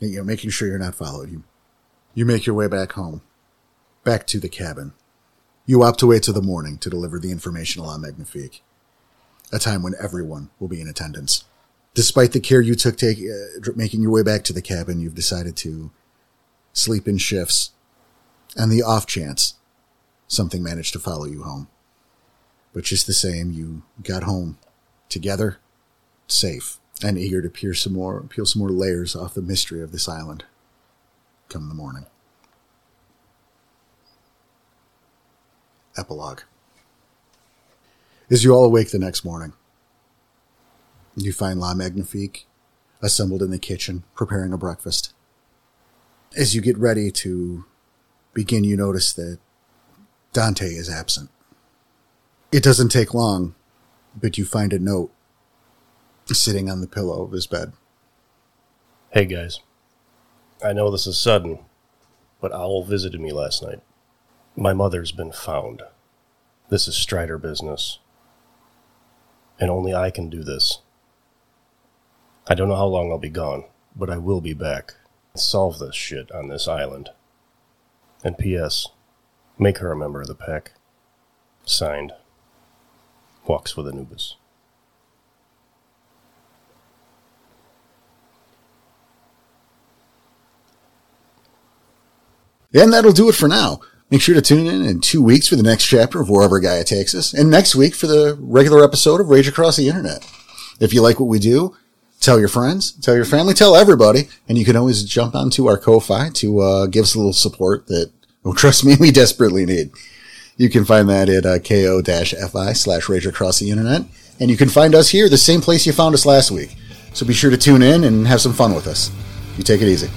you know, making sure you're not followed. You, you make your way back home, back to the cabin. You opt to wait till the morning to deliver the information on Magnifique, a time when everyone will be in attendance. Despite the care you took take, uh, dr- making your way back to the cabin, you've decided to sleep in shifts. On the off chance, something managed to follow you home. But just the same, you got home together, safe, and eager to peel some more, peel some more layers off the mystery of this island. Come the morning. Epilogue. As you all awake the next morning, you find La Magnifique assembled in the kitchen, preparing a breakfast. As you get ready to begin, you notice that Dante is absent. It doesn't take long, but you find a note sitting on the pillow of his bed.
Hey, guys. I know this is sudden, but Owl visited me last night. My mother's been found. This is Strider business. And only I can do this. I don't know how long I'll be gone, but I will be back. Solve this shit on this island. And P.S. Make her a member of the pack. Signed. Walks with Anubis.
And that'll do it for now. Make sure to tune in in two weeks for the next chapter of Wherever Gaia Takes Us, and next week for the regular episode of Rage Across the Internet. If you like what we do, tell your friends, tell your family, tell everybody, and you can always jump onto our Ko-Fi to uh, give us a little support that, oh, trust me, [laughs] we desperately need. You can find that at uh, ko-fi slash Rage Across the Internet, and you can find us here, the same place you found us last week. So be sure to tune in and have some fun with us. You take it easy.